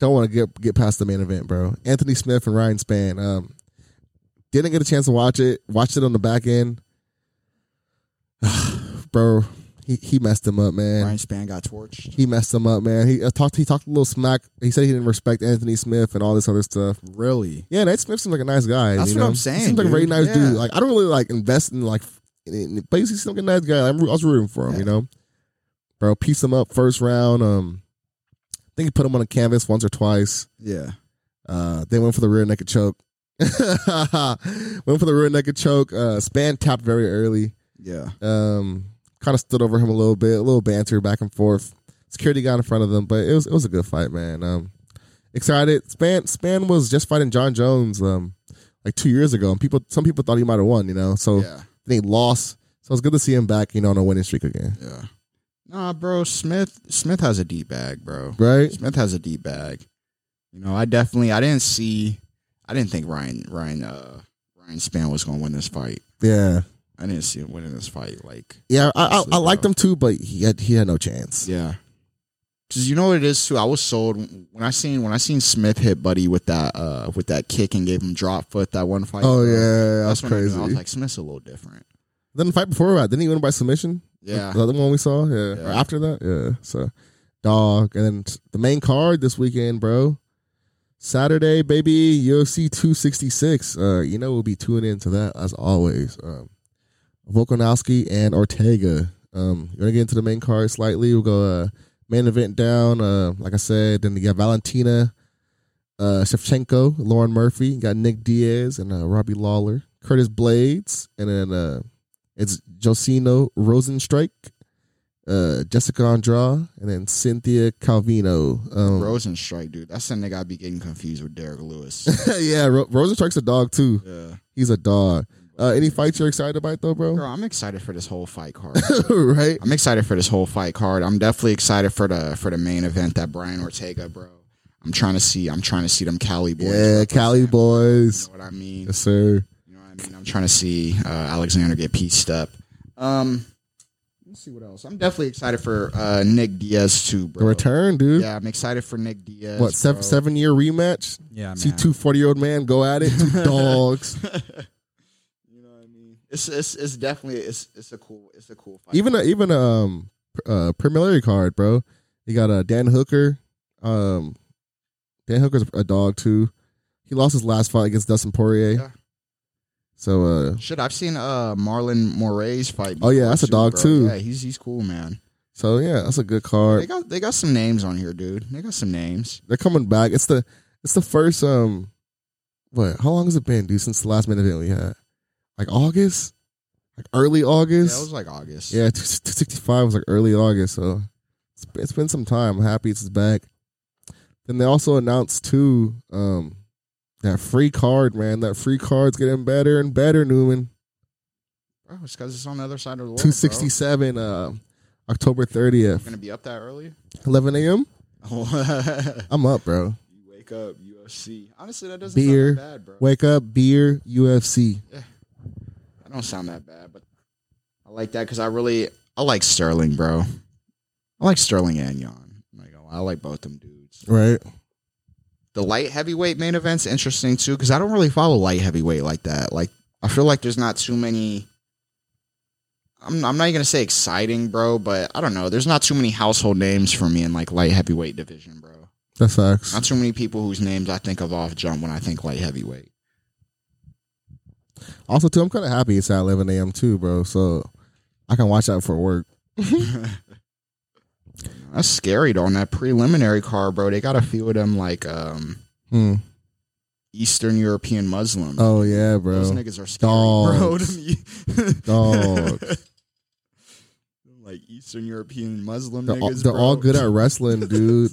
S1: don't want to get get past the main event, bro. Anthony Smith and Ryan Span. Um, didn't get a chance to watch it. Watched it on the back end, bro. He he messed him up, man.
S2: Ryan Span got torched.
S1: He messed him up, man. He uh, talked he talked a little smack. He said he didn't respect Anthony Smith and all this other stuff.
S2: Really?
S1: Yeah, Nate Smith seems like a nice guy.
S2: That's
S1: you
S2: what
S1: know?
S2: I'm
S1: He
S2: saying,
S1: seems like a very
S2: dude.
S1: nice
S2: Yeah.
S1: dude. Like I don't really like invest in like, in, in- but he seems like a nice guy. I'm, I was rooting for him, you know. Bro, piece him up first round. Um, I think he put him on a canvas once or twice.
S2: Yeah.
S1: Uh, they went for the rear naked choke. went for the rear naked choke. Uh, Span tapped very early.
S2: Yeah.
S1: Um, kind of stood over him a little bit. A little banter back and forth. Security got in front of them, but it was it was a good fight, man. Um, excited. Span Span was just fighting John Jones um like two years ago, and people some people thought he might have won, you know. So
S2: Yeah.
S1: then he lost. So it's good to see him back, you know, on a winning streak again,
S2: Yeah. Nah, bro. Smith Smith has a d bag, bro.
S1: right?
S2: Smith has a d bag. You know, I definitely I didn't see. I didn't think Ryan Ryan uh Ryan Span was gonna win this fight.
S1: Yeah,
S2: I didn't see him winning this fight. Like,
S1: yeah. I I, I
S2: Honestly,
S1: liked
S2: bro.
S1: him too, but he had he had no chance.
S2: yeah. Cause you know what it is too. I was sold when I seen when I seen Smith hit Buddy with that uh with that kick and gave him drop foot that one fight.
S1: Oh
S2: bro.
S1: yeah, that's
S2: when I knew.
S1: crazy.
S2: I was like, Smith's a little different.
S1: then the fight before that, didn't he win by submission?
S2: Yeah.
S1: The other one we saw, yeah.
S2: Yeah.
S1: Or after that, yeah. So, dog. And then the main card this weekend, bro. Saturday, baby, UFC 266. Uh, you know we'll be tuning into that as always. Um, Volkanovski and Ortega. Um, you want to get into the main card slightly? We'll go uh, main event down. Uh, like I said, then you got Valentina, uh, Shevchenko, Lauren Murphy. You got Nick Diaz and uh, Robbie Lawler, Curtis Blades, and then uh, it's Josino Rosenstrike, uh, Jessica Andrade, and then Cynthia Calvino. Um,
S2: Rosenstrike, dude. That's the nigga I be getting confused with Derek Lewis.
S1: yeah, Ro- Rosenstruck's a dog too.
S2: yeah.
S1: He's a dog. Uh, any fights you're excited about though,
S2: Bro,
S1: bro?
S2: I'm excited for this whole fight card.
S1: right?
S2: I'm excited for this whole fight card. I'm definitely excited for the for the main event that Brian Ortega, bro. I'm trying to see I'm trying to see them Cali boys.
S1: Yeah, Cali boys.
S2: You know what I mean?
S1: Yes, sir.
S2: You know what I mean? I'm trying to see uh, Alexander get pieced up. Um let's see what else. I'm definitely excited for uh, Nick Diaz too, bro.
S1: The return, dude.
S2: Yeah, I'm excited for Nick Diaz.
S1: what seven
S2: bro.
S1: seven year rematch?
S2: Yeah,
S1: See
S2: man.
S1: two 40 year old man go at it, two dogs.
S2: You know what I mean? It's it's it's definitely it's it's a cool it's a cool fight.
S1: Even a, even a um, uh, preliminary card, bro. You got uh, Dan Hooker. Um, Dan Hooker's a dog too. He lost his last fight against Dustin Poirier.
S2: Yeah.
S1: So uh,
S2: Shit, I've seen uh Marlon Moray's fight.
S1: Oh, yeah,
S2: before,
S1: that's a dog,
S2: bro.
S1: too.
S2: Yeah, he's he's cool, man.
S1: so yeah, that's a good card.
S2: They got they got some names on here, dude. They got some names.
S1: They're coming back. It's the it's the first um what how long has it been, dude, since the last main event we had? Like August? Like early
S2: Yeah, it
S1: August?
S2: was like August.
S1: Yeah, 265 was like early August, so it's, it's been some time. I'm happy it's back. Then they also announced too um, that free card, man. That free card's getting better and better, Newman.
S2: bro, it's because it's on the other side of the world. Two sixty.
S1: 267 uh, October 30th,
S2: Gonna be up that early.
S1: 11 a.m.
S2: Oh,
S1: I'm up, bro.
S2: you wake up UFC. Honestly, that doesn't
S1: Beer.
S2: sound that bad, bro.
S1: Wake up, beer, UFC.
S2: That don't sound that bad, but I like that because I really I like Sterling, bro. I like Sterling and Yon. I'm not gonna lie, I like both them dudes.
S1: Right.
S2: The light heavyweight main event's interesting too because I don't really follow light heavyweight like that. Like I feel like there's not too many. I'm I'm not even gonna say exciting, bro, but I don't know. There's not too many household names for me in like light heavyweight division, bro.
S1: That sucks.
S2: Not too many people whose names I think of off jump when I think light heavyweight.
S1: Also, too, I'm kind of happy it's at 11 a.m. too, bro. So I can watch out for work.
S2: That's scary though. On that preliminary card, bro, they got a few of them like um
S1: Hmm.
S2: Eastern European Muslims.
S1: Oh yeah,
S2: Those
S1: bro.
S2: niggas are scary,
S1: Dogs.
S2: bro. Them-
S1: Dogs.
S2: like Eastern European Muslim
S1: They're, all,
S2: niggas.
S1: they're
S2: bro.
S1: all good at wrestling, dude.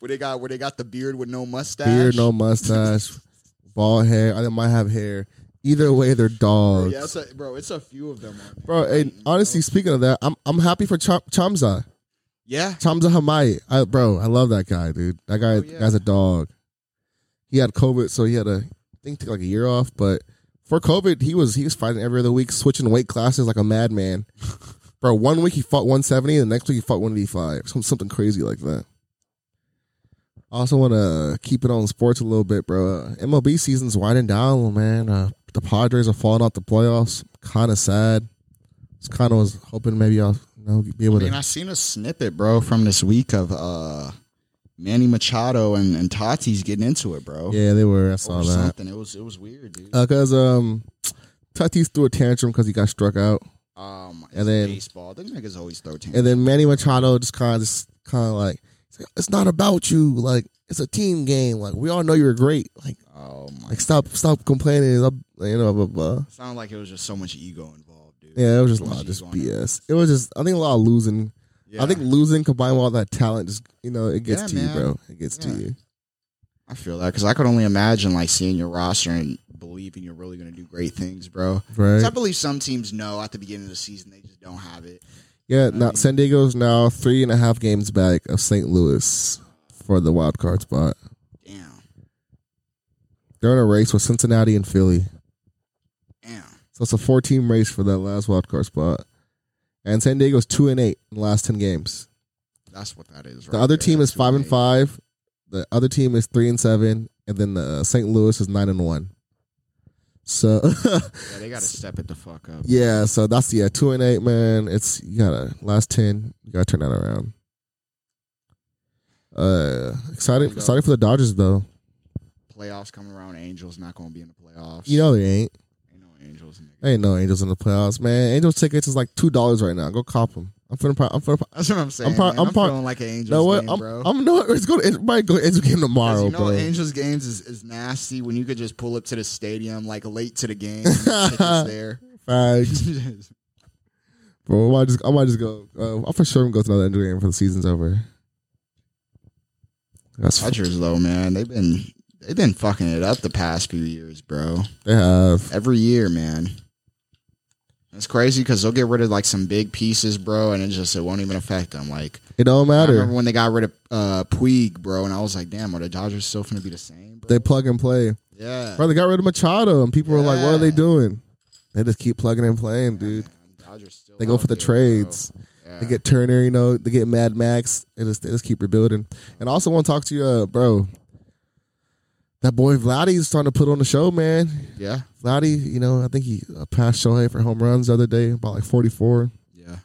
S2: where they got where they got the beard with no mustache.
S1: Beard, no mustache, bald hair. I might have hair. Either way, they're dogs.
S2: Yeah, it's a, bro, it's a few of them. on there.
S1: Bro, and honestly, speaking of that, I'm I'm happy for Cham- Chamza.
S2: Yeah.
S1: Chamza Hamai. I, bro, I love that guy, dude. That guy,
S2: Oh, yeah.
S1: guy's a dog. He had COVID, so he had a I think took like a year off, but for COVID, he was he was fighting every other week, switching weight classes like a madman. bro, one week he fought 170, and the next week he fought 185. Some, something crazy like that. I also want to keep it on sports a little bit, bro. Uh, MLB season's winding down, man. Uh, the Padres are falling out the playoffs. Kind of sad. Just kind of was hoping maybe I'll you know, be able
S2: I mean,
S1: to.
S2: I seen a snippet, bro, from this week of uh Manny Machado and, and Tati's getting into it, bro.
S1: yeah, they were. I
S2: Oh. Or
S1: saw that.
S2: something. It was it was weird, dude.
S1: because um, Tatis threw a tantrum because he got struck out,
S2: um,
S1: and
S2: and
S1: then-
S2: then baseball. Them niggas always throw tantrums.
S1: and then Manny Machado just kind of just kind of like, "It's like, it's not about you. Like it's a team game. Like we all know you're great. Like
S2: oh my!
S1: like stop stop complaining. Up you know blah blah. blah.
S2: Sound like it was just so much ego involved, dude.
S1: Yeah, it was just a
S2: So
S1: lot
S2: much
S1: of just
S2: ego on it.
S1: BS. It was just I think a lot of losing.
S2: Yeah.
S1: I think losing combined with all that talent just you know it gets
S2: Yeah,
S1: to you,
S2: man.
S1: bro. It gets
S2: Yeah.
S1: to you.
S2: I feel that because I could only imagine like seeing your roster and believing you're really gonna do great things, bro. 'Cause I
S1: Right?
S2: believe some teams know at the beginning of the season they just don't have it.
S1: Yeah. Now San Diego's now three and a half games back of St. Louis for the wild card spot.
S2: Damn,
S1: They're in a race with Cincinnati and Philly.
S2: damn.
S1: So it's a four team race for that last wild card spot. And San Diego's two and eight in the last ten games.
S2: That's what that is.
S1: The
S2: right
S1: other
S2: there.
S1: team is
S2: That's
S1: five and
S2: great.
S1: five. The other team is three and seven, and then the St. Louis is nine and one. So
S2: Yeah, they gotta step it the fuck up.
S1: yeah, so that's yeah two and eight man. It's you gotta last ten. You gotta turn that around. Uh, excited, excited for the Dodgers though.
S2: Playoffs coming around. Angels not gonna be in the playoffs.
S1: You know they ain't.
S2: ain't no Angels. Nigga.
S1: Ain't no Angels in the playoffs, man. Angels tickets is like two dollars right now. Go cop them. I'm finna. pro- I'm finna. pro-
S2: That's what I'm saying.
S1: I'm pro-
S2: man.
S1: I'm
S2: I'm,
S1: pro-
S2: feeling like an Angels.
S1: You know what?
S2: Game,
S1: I'm,
S2: bro.
S1: I'm no. It's going. It might go to Angels game
S2: Because
S1: tomorrow,
S2: you know,
S1: bro.
S2: Angels games is, is nasty when you could just pull up to the stadium like late to the game. and the tickets there,
S1: Facts, bro. I might just. I might just go. Uh, I'll for sure go to another Angel game before the season's over. That's f-
S2: Dodgers though, man, they've been they've been fucking it up the past few years, bro.
S1: they have.
S2: Every year, man. It's crazy because they'll get rid of like some big pieces, bro, and it just it won't even affect them. Like
S1: It don't
S2: I
S1: matter.
S2: remember when they got rid of uh, Puig, bro, and I was like, damn, are the Dodgers still gonna be the same? Bro?
S1: They plug and play.
S2: yeah,
S1: Bro, they got rid of Machado, and people were like, "What are they
S2: Yeah.
S1: doing?" They just keep plugging and playing, dude.
S2: man, Dodgers still
S1: They go
S2: out
S1: for the
S2: there, bro.
S1: trades.
S2: Yeah.
S1: They get Turner, you know. They get Mad Max. They just, they just keep rebuilding. And I also want to talk to you, uh, bro. That boy Vladdy's starting to put on the show, man.
S2: yeah,
S1: Vladdy, you know, I think he uh, passed Shohei for home runs the other day, about like 44.
S2: yeah.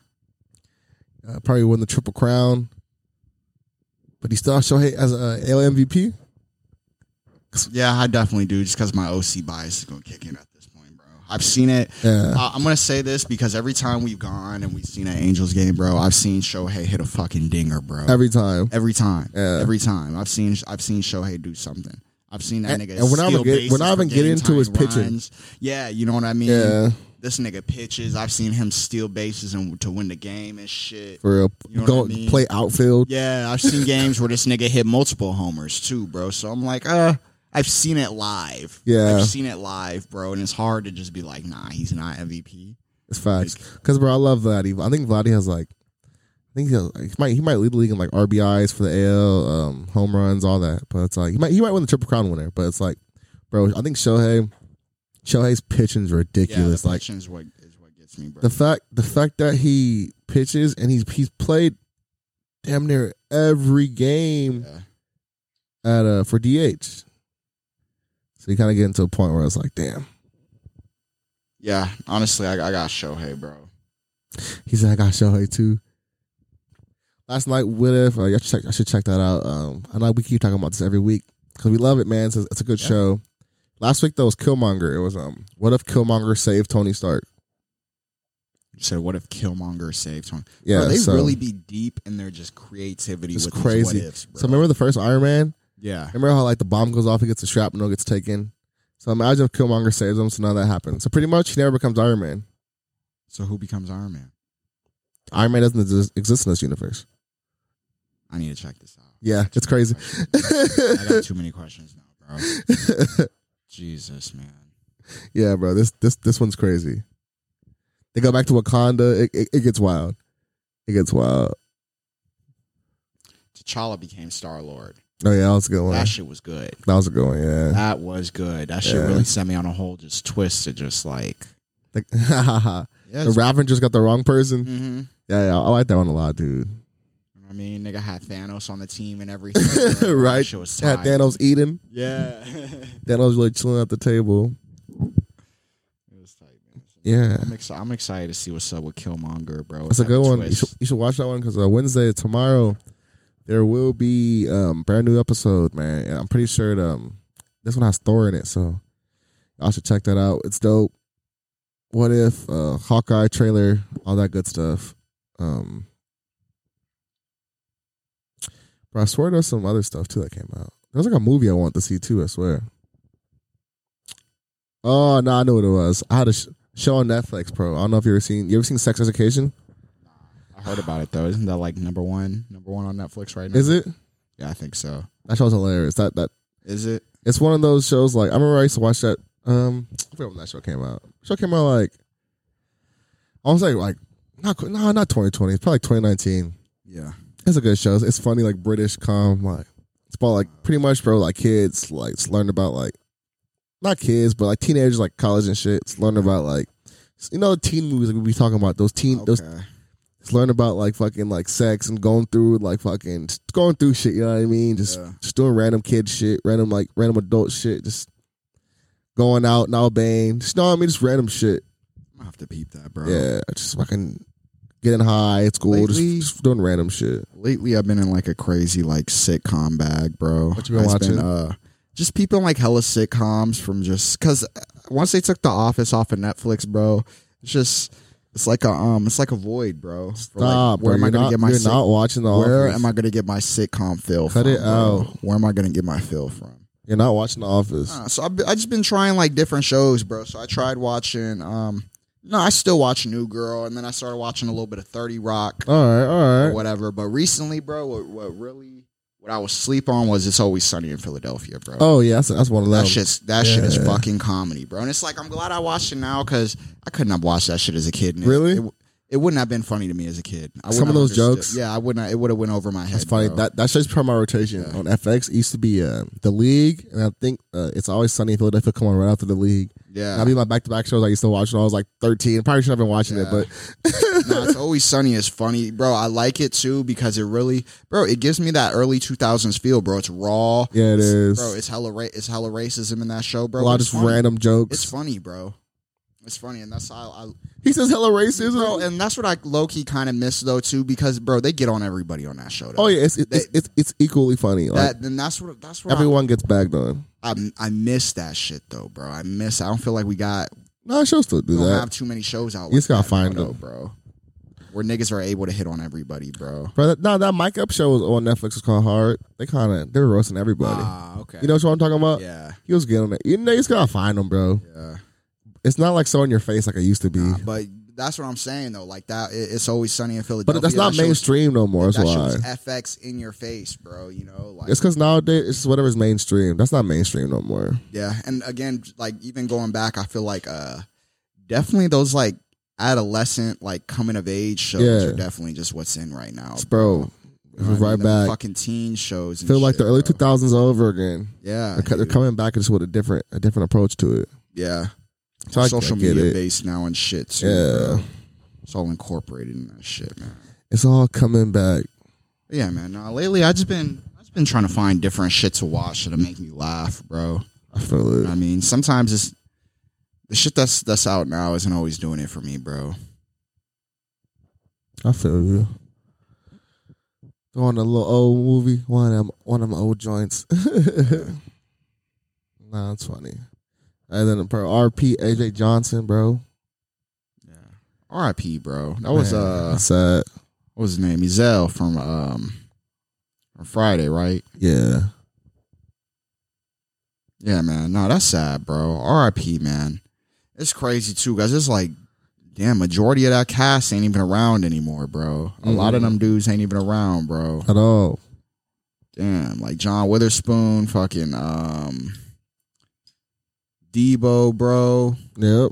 S1: Uh, probably won the Triple Crown. But he still has Shohei as a AL MVP.
S2: Yeah, I definitely do. Just because my OC bias is gonna kick in at this point, bro. I've seen it.
S1: Yeah.
S2: I- I'm gonna say this because every time we've gone and we've seen an Angels game, bro, I've seen Shohei hit a fucking dinger, bro. Every,
S1: every time.
S2: time,
S1: Yeah.
S2: every time. I've seen I've seen Shohei do something. I've seen that
S1: And-
S2: nigga.
S1: and we're not
S2: steal
S1: even get-
S2: bases
S1: we're not
S2: for
S1: even getting into
S2: game-tying
S1: his pitching.
S2: runs. Yeah, you know what I mean.
S1: Yeah.
S2: This nigga pitches. I've seen him steal bases and to win the game and shit.
S1: For real.
S2: You know what
S1: Go
S2: I mean?
S1: play outfield.
S2: Yeah, I've seen games where this nigga hit multiple homers too, bro. So I'm like, uh, I've seen it live.
S1: Yeah.
S2: I've seen it live, bro. And it's hard to just be like, nah, he's not MVP.
S1: It's facts. Because, bro, I love Vladdy. I think Vladdy has like, I think he, has, he might he might lead the league in like RBIs for the AL, um, home runs, all that. But it's like he might he might win the Triple Crown winner. But it's like, bro, I think Shohei, Shohei's pitching's
S2: Yeah, the
S1: ridiculous. like
S2: pitching is what is what gets gets me, bro.
S1: the fact the fact that he pitches and he's he's played damn near every game
S2: yeah.
S1: at uh for DH. So you kind of get into a point where it's like, damn,
S2: yeah, honestly, I, I got Shohei, bro.
S1: he said I got Shohei too. Last night, what if uh, I should check? I should check that out. Um, I know we keep talking about this every week because we love it, man. It's a, it's a good show. Last week though was Killmonger. It was um, what if Killmonger saved Tony Stark?
S2: You said, what if Killmonger saved him?
S1: Yeah,
S2: Bro, they
S1: so-
S2: really be deep in their just creativity.
S1: It's
S2: with these
S1: crazy.
S2: what ifs, bro.
S1: So remember the first Iron Man?
S2: yeah,
S1: Remember how like the bomb goes off, he gets the shrapnel, gets taken. So imagine if Killmonger saves him, so now that happens. So pretty much he never becomes Iron Man.
S2: So who becomes Iron Man?
S1: Iron Man doesn't exist- exist in this universe.
S2: I need to check this out.
S1: Yeah, it's crazy.
S2: I got too many questions now, bro. Jesus, man.
S1: yeah, bro, this this this one's crazy. They go back to Wakanda. It, it, it gets wild. It gets wild.
S2: T'Challa became Star Lord.
S1: Oh yeah, that was a good one.
S2: That
S1: That
S2: shit was good.
S1: was a good one. Yeah.
S2: That was good. That shit
S1: Yeah.
S2: really sent me on a whole just twist to just like
S1: Like, the
S2: yeah.
S1: Ravengers got the wrong person.
S2: mm-hmm.
S1: Yeah, yeah, I like that one a lot, dude.
S2: I mean, nigga had Thanos on the team and everything. That
S1: right?
S2: shit was
S1: Yeah,
S2: tight.
S1: Thanos eating.
S2: Yeah,
S1: Thanos really chilling at the table.
S2: it was tight. Man.
S1: Yeah.
S2: I'm excited. I'm excited to see what's up with Killmonger, bro.
S1: That's a
S2: Type of
S1: good one. You
S2: twist.
S1: should, you should watch that one because uh, Wednesday tomorrow there will be um brand new episode, man. And I'm pretty sure it, um this one has Thor in it, so y'all should check that out. It's dope. What if uh, Hawkeye trailer, all that good stuff. Um, bro, I swear there's some other stuff too that came out. There's like a movie I want to see too. I swear. Oh no, I know what it was. I had a sh- show on Netflix, bro. I don't know if you ever seen. You ever seen Sex Education?
S2: I heard about it though. Isn't that like number one? Number one on Netflix right now?
S1: Is it?
S2: Yeah, I think so.
S1: That show's hilarious. That that
S2: Is it?
S1: it's one of those shows. Like I remember I used to watch that. Um, I forget when that show came out. Show came out like I was like like not qu- no not twenty twenty. It's probably like twenty nineteen.
S2: Yeah.
S1: It's a good show. It's, it's funny like British com like it's about like pretty much bro like kids like it's learned about like not kids but like teenagers like college and shit. It's learned about like you know the teen movies that we be talking about those teen those
S2: Okay.
S1: just learn about like fucking like sex and going through like fucking just going through shit. You know what I mean? Just
S2: Yeah.
S1: just doing random kid shit, random like random adult shit, just going out and obeying. Just know what I mean? Just random shit.
S2: I'm gonna have to peep that, bro.
S1: Yeah, just fucking getting high at school, just,
S2: Lately-
S1: just doing random shit.
S2: Lately, I've been in like a crazy like sitcom bag, bro.
S1: What you been
S2: It's
S1: watching?
S2: uh, just people like hella sitcoms from just because once they took The Office off of Netflix, bro, it's just it's like a um, it's like a void, bro. For, like,
S1: Stop. bro.
S2: where am I
S1: You're
S2: gonna
S1: not-
S2: get my
S1: You're
S2: sit-
S1: not watching the.
S2: Where
S1: office.
S2: am I gonna get my sitcom feel?
S1: Cut
S2: from,
S1: it out.
S2: bro? Where am I gonna get my feel from?
S1: You're not watching the office.
S2: Uh, so I've, i just been trying like different shows, bro. So I tried watching. um No, I still watch New Girl, and then I started watching a little bit of Thirty Rock
S1: all right, all
S2: or
S1: right.
S2: whatever. But recently, bro, what, what really what I was sleep on was It's Always Sunny in Philadelphia, bro.
S1: Oh yeah, that's, that's one of them.
S2: That shit's that shit is
S1: Yeah.
S2: fucking comedy, bro. And it's like I'm glad I watched it now because I couldn't have watched that shit as a kid. and it-
S1: Really?
S2: It, w- it wouldn't have been funny to me as a kid. I
S1: Some of
S2: wouldn't have
S1: those
S2: understood-
S1: jokes?
S2: Yeah, I wouldn't. It would have went over my head.
S1: That's funny.
S2: bro.
S1: That that shit's part of my rotation on FX. It used to be uh, the League, and I think uh, it's always Sunny in Philadelphia. Come on, right after the League.
S2: yeah.
S1: That'd be my back to back shows I used to watch when I was like 13. Probably shouldn't have been watching
S2: Yeah.
S1: it, but
S2: nah, it's always sunny is funny, bro. I like it too because it really, bro, it gives me that early 2000s feel, bro. It's raw,
S1: yeah, it is.
S2: bro. It's hella, ra- it's hella racism in that show, bro.
S1: a lot of
S2: It's
S1: just
S2: funny.
S1: random
S2: It's
S1: jokes.
S2: funny, bro. It's funny, and that's how I,
S1: He says hello
S2: I
S1: racism.
S2: bro, and that's what I low key kind of miss though too because, bro, they get on everybody on that show. Though.
S1: oh yeah, it's it's,
S2: They-
S1: it's it's equally funny. Like
S2: that then that's what that's what
S1: everyone gets bagged on.
S2: I, I I miss that shit though, bro. I miss. I don't feel like we got
S1: No, shows still
S2: we
S1: do
S2: don't have
S1: that.
S2: too many shows out.
S1: You just
S2: like
S1: gotta
S2: that
S1: find
S2: now,
S1: them.
S2: bro. Where niggas are able to hit on everybody, bro.
S1: Bro, that, no, that mic up show was on Netflix. was called Hard. They kind of they were roasting everybody.
S2: Ah, okay.
S1: you know what I'm talking about?
S2: yeah.
S1: He was getting on it. You know, you just gotta find them, bro.
S2: Yeah.
S1: It's not like so in your face like it used to be.
S2: Nah, but that's what I'm saying though. Like that, it, it's always sunny in Philadelphia.
S1: Mm. but that's not
S2: That shit was-
S1: mainstream no more. That's
S2: that shit
S1: why.
S2: was FX in your face, bro. You know, like
S1: It's because nowadays it's whatever's mainstream. That's not mainstream no more.
S2: yeah. And again, like even going back, I feel like uh, definitely those like adolescent, like coming of age shows
S1: Yeah.
S2: are definitely just what's in right now,
S1: Bro,
S2: You know what I
S1: right
S2: mean? Them
S1: back.
S2: fucking teen shows. and
S1: feel like the
S2: shit,
S1: early
S2: bro.
S1: 2000s over again.
S2: Yeah,
S1: They're, co- they're
S2: dude.
S1: coming back just with a different a different approach to it.
S2: yeah.
S1: So I- I
S2: social
S1: get
S2: media
S1: it.
S2: based now and shit too.
S1: Yeah.
S2: bro. It's all incorporated in that shit, man.
S1: It's all coming back.
S2: But yeah, man. Nah, lately I've just been I've just been trying to find different shit to watch that'll make me laugh, bro.
S1: I feel
S2: I
S1: it.
S2: mean, sometimes it's the shit that's that's out now isn't always doing it for me, bro.
S1: I feel you. Go on a little old movie, one of them, one of them old joints. nah, it's funny. And then bro, RP AJ Johnson, bro.
S2: R.I.P. bro. That was
S1: Man,
S2: uh
S1: sad.
S2: what was his name? Ezel from um from Friday, right?
S1: Yeah,
S2: Yeah, man. No, that's sad, bro. R.I.P. man. It's crazy too, guys. It's like damn, majority of that cast ain't even around anymore, bro. A lot of them dudes ain't even around, bro.
S1: at all.
S2: Damn, like John Witherspoon, fucking um Debo, bro.
S1: Yep.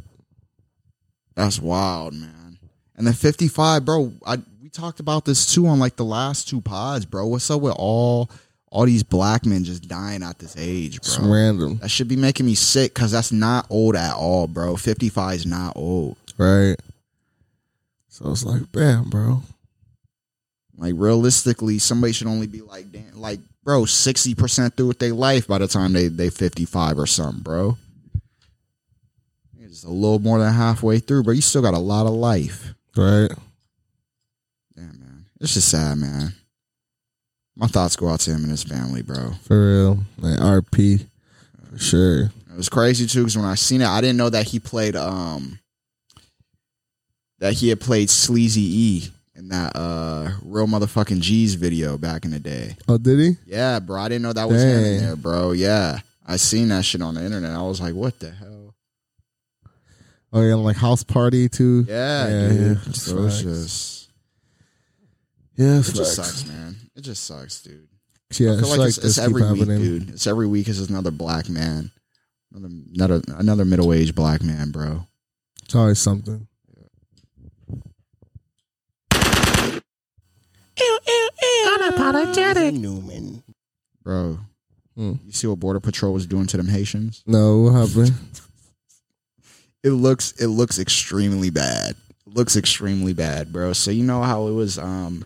S2: That's wild, man. And then 55, bro. I we talked about this too on like the last two pods, bro. What's up with all all these black men just dying at this age,
S1: It's
S2: bro?
S1: random,
S2: That should be making me sick because that's not old at all, bro. 55 is not old.
S1: right? So it's like, damn, bro.
S2: Like realistically, somebody should only be like damn like bro, 60% through with their life by the time they they 55 or something, bro. It's a little more than halfway through, bro. You still got a lot of life.
S1: Right?
S2: Damn, man. It's just sad, man. My thoughts go out to him and his family, bro.
S1: For real. Like RP, for sure.
S2: It was crazy too, because when I seen it, I didn't know that he played um that he had played Sleazy E in that uh real motherfucking G's video back in the day.
S1: Oh, did he?
S2: Yeah, bro. I didn't know that was him in
S1: Dang.
S2: there, bro. Yeah. I seen that shit on the internet. I was like, what the hell?
S1: Oh yeah, like house party too.
S2: Yeah,
S1: Yeah,
S2: dude.
S1: yeah.
S2: So it's
S1: Facts.
S2: just
S1: yeah.
S2: it
S1: It's
S2: just
S1: like-
S2: sucks, man. It just sucks, dude.
S1: Yeah,
S2: I feel
S1: it's
S2: like,
S1: like
S2: it's,
S1: this
S2: it's
S1: keep
S2: every week,
S1: happening.
S2: dude. It's every week. It's another black man, another another, another middle aged black man, bro.
S1: It's always something.
S3: Unapologetic. Newman.
S2: Bro,
S1: Hmm.
S2: you see what Border Patrol was doing to them Haitians?
S1: No, what happened?
S2: It looks it looks extremely bad. It looks extremely bad, bro. So you know how it was. Um,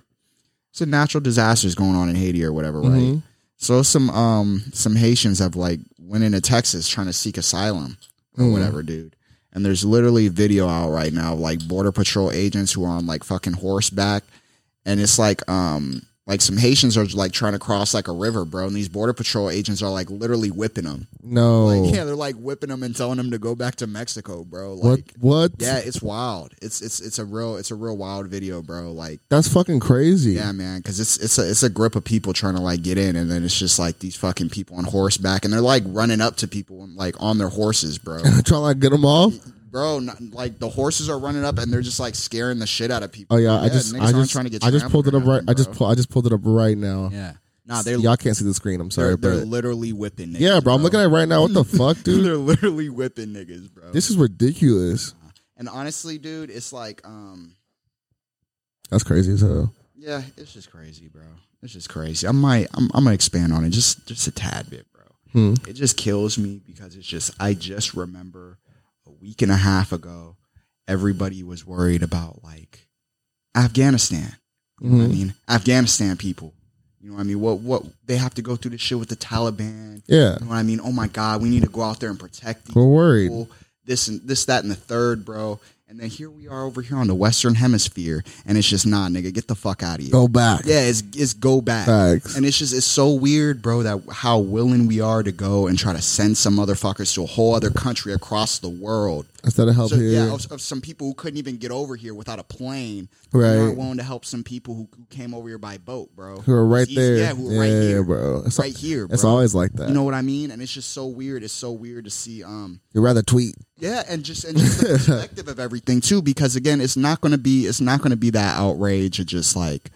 S2: it's a natural disasters going on in Haiti or whatever, right?
S1: Mhm.
S2: So some um some Haitians have like went into Texas trying to seek asylum or
S1: Mm.
S2: whatever, dude. And there's literally video out right now of like border patrol agents who are on like fucking horseback, and it's like um like some Haitians are like trying to cross like a river, bro. And these border patrol agents are like literally whipping them.
S1: No.
S2: Like yeah, they're like whipping them and telling them to go back to Mexico, bro. Like
S1: Oh. what? What?
S2: yeah, it's wild. It's it's it's a real it's a real wild video, bro. Like
S1: That's fucking crazy.
S2: yeah, man, because it's it's a it's a group of people trying to like get in, and then it's just like these fucking people on horseback, and they're like running up to people and like on their horses, bro.
S1: Trying to like get them off.
S2: bro, not, like the horses are running up, and they're just like scaring the shit out of people.
S1: Oh yeah, I just,
S2: niggas
S1: I
S2: aren't
S1: just, I just
S2: trampled
S1: pulled it
S2: or
S1: up right. I
S2: nothing,
S1: just,
S2: bro.
S1: pull, I just pulled it up right now.
S2: yeah, nah, they're
S1: Y'all can't see the screen. Oh, I'm sorry,
S2: they're, they're
S1: but
S2: literally whipping. Niggas,
S1: yeah, bro, I'm looking at it right now. What the fuck, dude?
S2: they're literally whipping niggas, bro.
S1: This is ridiculous.
S2: and honestly, dude, it's like um.
S1: That's crazy as hell.
S2: Yeah, it's just crazy, bro. It's just crazy. I might, I'm, I'm gonna expand on it just, just a tad bit, bro.
S1: Hmm.
S2: It just kills me because it's just, I just remember a week and a half ago, everybody was worried about like Afghanistan. You know what I mean, Afghanistan people. You know what I mean? What, what they have to go through this shit with the Taliban.
S1: Yeah,
S2: You know what I mean? Oh my God, we need to go out there and protect these
S1: we're worried.
S2: people, this and this, that, and the third, bro. And then here we are over here on the Western Hemisphere, and it's just nah, nigga, get the fuck out of here.
S1: Go back.
S2: Yeah, it's it's go back.
S1: Facts.
S2: And it's just it's so weird, bro, that how willing we are to go and try to send some motherfuckers to a whole other country across the world.
S1: Instead of help
S2: So,
S1: here.
S2: yeah, of, of some people who couldn't even get over here without a plane.
S1: Right.
S2: We aren't willing to help some people who, who came over here by boat, bro.
S1: who are right
S2: It's easy-
S1: there.
S2: Yeah, who are right here,
S1: bro. It's,
S2: Right here,
S1: It's
S2: bro.
S1: always like that.
S2: You know what I mean? And it's just so weird. It's so weird to see. Um,
S1: You'd rather tweet.
S2: yeah, and just and just the perspective of everything too, because again, it's not going to be it's not going to be that outrage of just like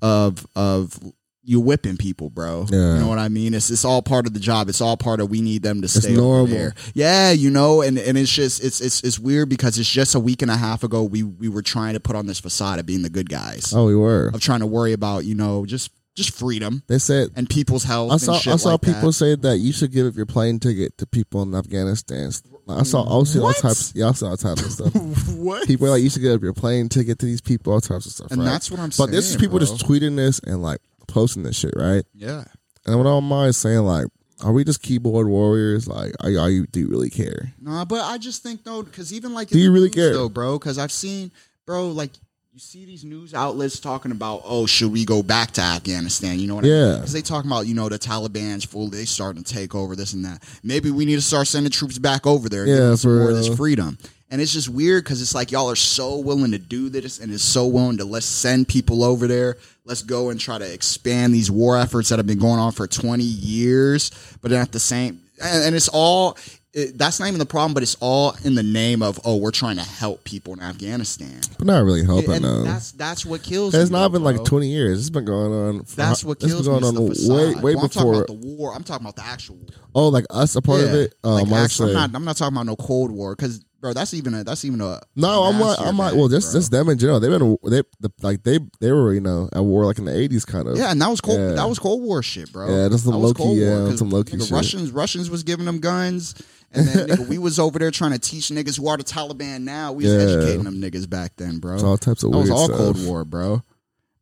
S2: of of you whipping people, bro.
S1: Yeah.
S2: You know what I mean? It's it's all part of the job. It's all part of we need them to stay over
S1: normal.
S2: there. Yeah, you know, and and it's just it's it's it's weird because it's just a week and a half ago we we were trying to put on this facade of being the good guys
S1: Oh, we were.
S2: of trying to worry about you know just just freedom
S1: They said
S2: and people's health.
S1: I saw
S2: and shit
S1: I saw
S2: like that.
S1: people say that you should give up your plane ticket to people in Afghanistan. I saw I was seeing all
S2: Mm. What?
S1: types. Yeah, I saw all types of stuff.
S2: what
S1: people are like you should give up your plane ticket to these people, all types of stuff.
S2: And
S1: right?
S2: that's what I'm
S1: But this is
S2: saying,
S1: people
S2: bro.
S1: just tweeting this and like posting this shit, right?
S2: Yeah,
S1: And what I'm always saying, like, are we just keyboard warriors? Like, are, are you do you really care?
S2: nah, but I just think though, because even like
S1: Do
S2: in
S1: you
S2: the
S1: really
S2: news,
S1: care?
S2: though, bro? Because I've seen, bro, like you see these news outlets talking about, oh, should we go back to Afghanistan? You know what I mean?
S1: Yeah.
S2: Because they talking about, you know, the Taliban's full, they starting to take over this and that. Maybe we need to start sending troops back over there.
S1: Yeah,
S2: give them some
S1: for
S2: more of this
S1: real.
S2: freedom. And it's just weird because it's like y'all are so willing to do this and it's so willing to let's send people over there. Let's go and try to expand these war efforts that have been going on for 20 years. But then at the same, and, and it's all, it, that's not even the problem, but it's all in the name of, oh, we're trying to help people in Afghanistan.
S1: But not really helping
S2: and
S1: them.
S2: that's, that's what kills
S1: It's
S2: me,
S1: not been
S2: bro.
S1: like 20 years. It's been going on. For,
S2: That's what
S1: it's
S2: kills
S1: been
S2: me.
S1: going
S2: is the
S1: on
S2: facade.
S1: way way
S2: Well, I'm talking
S1: before.
S2: about the war. I'm talking about the actual war.
S1: oh, like us a part of
S2: Yeah.
S1: it. Um,
S2: like,
S1: I'd
S2: actually,
S1: say-
S2: I'm not. I'm not talking about no Cold War because, bro, that's even a. That's even a.
S1: No, I'm like,
S2: massive
S1: I'm like,
S2: event,
S1: well, just
S2: bro.
S1: just them in general. They've been they the, like they they were you know at war like in the 80s kind of.
S2: Yeah, and that was cold.
S1: Yeah.
S2: That was Cold War shit, bro.
S1: Yeah, that's some
S2: That was
S1: low-key,
S2: Cold War,
S1: yeah,
S2: 'cause,
S1: some low-key
S2: nigga,
S1: shit.
S2: Russians, Russians was giving them guns, and then nigga, we was over there trying to teach niggas who are the Taliban now. We was
S1: Yeah.
S2: educating them niggas back then, bro.
S1: It's all types of
S2: that
S1: weird
S2: was all
S1: stuff.
S2: Cold War, bro.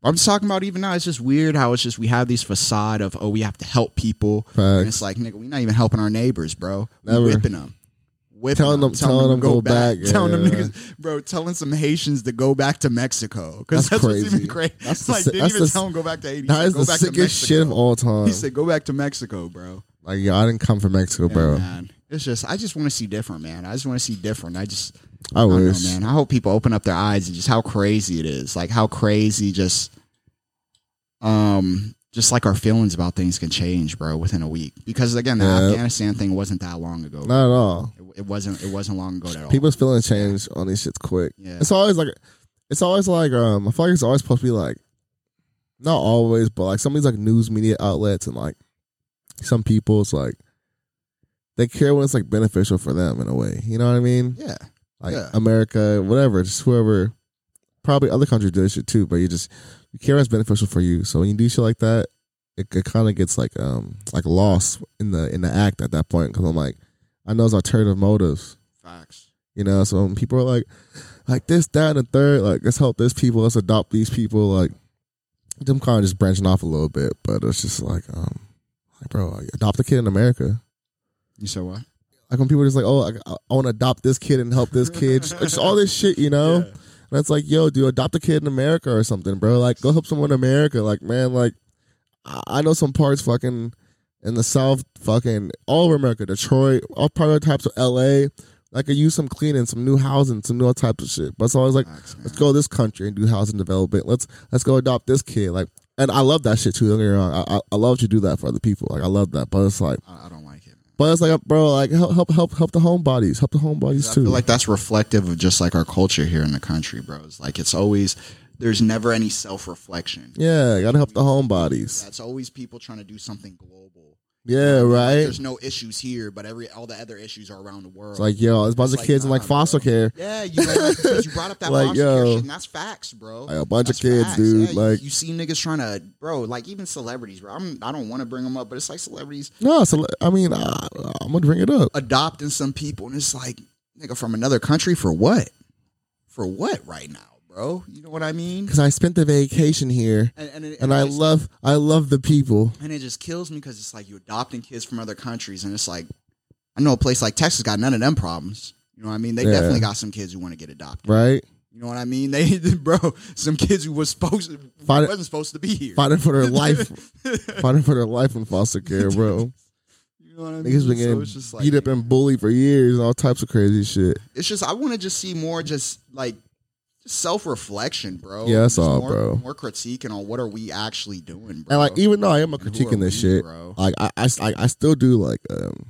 S2: I'm just talking about even now. It's just weird how it's just we have these facade of oh we have to help people, and
S1: Facts.
S2: it's like nigga we not even helping our neighbors, bro. We
S1: Never.
S2: whipping them. Whipping
S1: Telling them- telling them go back,
S2: telling them
S1: yeah.
S2: niggas, bro, telling some Haitians to go back to Mexico
S1: That's
S2: because that's, what's
S1: crazy.
S2: even crazy.
S1: That's the
S2: like
S1: si-
S2: didn't
S1: that's
S2: even
S1: the-
S2: tell him go back to Haiti. He
S1: That
S2: said,
S1: is
S2: go
S1: the
S2: back to
S1: sickest shit of
S2: Mexico."
S1: all time.
S2: He said, "Go back to Mexico, bro."
S1: like, yeah, I didn't come from Mexico,
S2: Yeah,
S1: bro.
S2: man. It's just, I just want to see different, man. I just want to see different. I just,
S1: I
S2: I don't
S1: wish.
S2: know, man. I hope people open up their eyes and just how crazy it is. Like how crazy just um just like our feelings about things can change, bro, within a week. Because again, the
S1: Yeah.
S2: Afghanistan thing wasn't that long ago.
S1: Not at all.
S2: It, it wasn't it wasn't long ago at all.
S1: People's feeling change on these shits quick.
S2: Yeah.
S1: It's always like, it's always like, um, I feel like it's always supposed to be like, not always, but like some of these like news media outlets and like some people, it's like they care when it's like beneficial for them in a way. You know what I mean?
S2: yeah.
S1: Like
S2: Yeah.
S1: America, whatever, just whoever. Probably other countries do this shit too, but you just you care what's beneficial for you. So when you do shit like that, it, it kind of gets like um like lost in the in the act at that point because I'm like, I know it's alternative motives.
S2: Facts.
S1: You know, so when people are like, like this, that, and the third, like let's help this people, let's adopt these people, like them kind of just branching off a little bit, but it's just like, um, like bro, like, adopt a kid in America.
S2: You said what?
S1: Like when people are just like, oh, I, I want to adopt this kid and help this kid, just, just all this shit, you know. And it's like, yo, dude, adopt a kid in America or something, bro. Like, go help someone in America. Like, man, like, I I know some parts fucking in the South, fucking all over America, Detroit, all part of the types of LA. I could use some cleaning, some new housing, some new all types of shit. But it's always like,
S2: Facts, man.
S1: let's go to this country and do housing development. Let's let's go adopt this kid. Like, and I love that shit too. Don't get me wrong. I, I, I love to do that for other people. Like, I love that. But it's like,
S2: I, I don't like it. man.
S1: but it's like, uh, bro, like help help help help the homebodies, help the homebodies
S2: I
S1: too.
S2: feel like that's reflective of just like our culture here in the country, bro. It's like it's always there's never any self reflection.
S1: yeah, gotta help the homebodies.
S2: That's always people trying to do something global.
S1: Yeah, right.
S2: There's no issues here, but every all the other issues are around the world.
S1: It's like, yo, there's a bunch
S2: It's
S1: of
S2: like,
S1: kids in like
S2: nah,
S1: foster
S2: bro.
S1: care.
S2: yeah, you, like, because you brought up that
S1: Like,
S2: like,
S1: yo.
S2: shit, and that's facts, bro.
S1: Like, a bunch of
S2: That's
S1: kids,
S2: facts.
S1: dude,
S2: Yeah,
S1: like-
S2: you, you see niggas trying to, bro. Like even celebrities, bro. I'm, I don't want to bring them up, but it's like celebrities
S1: No, so I mean, I, I'm gonna bring it up.
S2: adopting some people, and it's like nigga from another country for what? For what right now, bro? You know what I mean?
S1: because I spent the vacation here,
S2: And, and, it-
S1: and I
S2: it's-
S1: love I love the people.
S2: and it just kills me because it's like you adopting kids from other countries, and it's like I know a place like Texas got none of them problems. You know what I mean? They
S1: Yeah.
S2: definitely got some kids who want to get adopted.
S1: Right,
S2: You know what I mean? They, bro, some kids who was supposed who
S1: Fight it-
S2: wasn't supposed to be here.
S1: fighting for their life, fighting for their life in foster care, bro.
S2: You know what I mean?
S1: Niggas been
S2: So
S1: getting
S2: it's just like-
S1: beat up and bullied for years, and all types of crazy shit.
S2: it's just I want to just see more just like just self reflection, bro.
S1: Yeah, that's
S2: Just
S1: all,
S2: more,
S1: bro.
S2: More critiquing on what are we actually doing, bro.
S1: And like, even though I am a
S2: And who
S1: critiquing
S2: are
S1: this
S2: we,
S1: shit,
S2: bro?
S1: like I, I, I, I still do like um,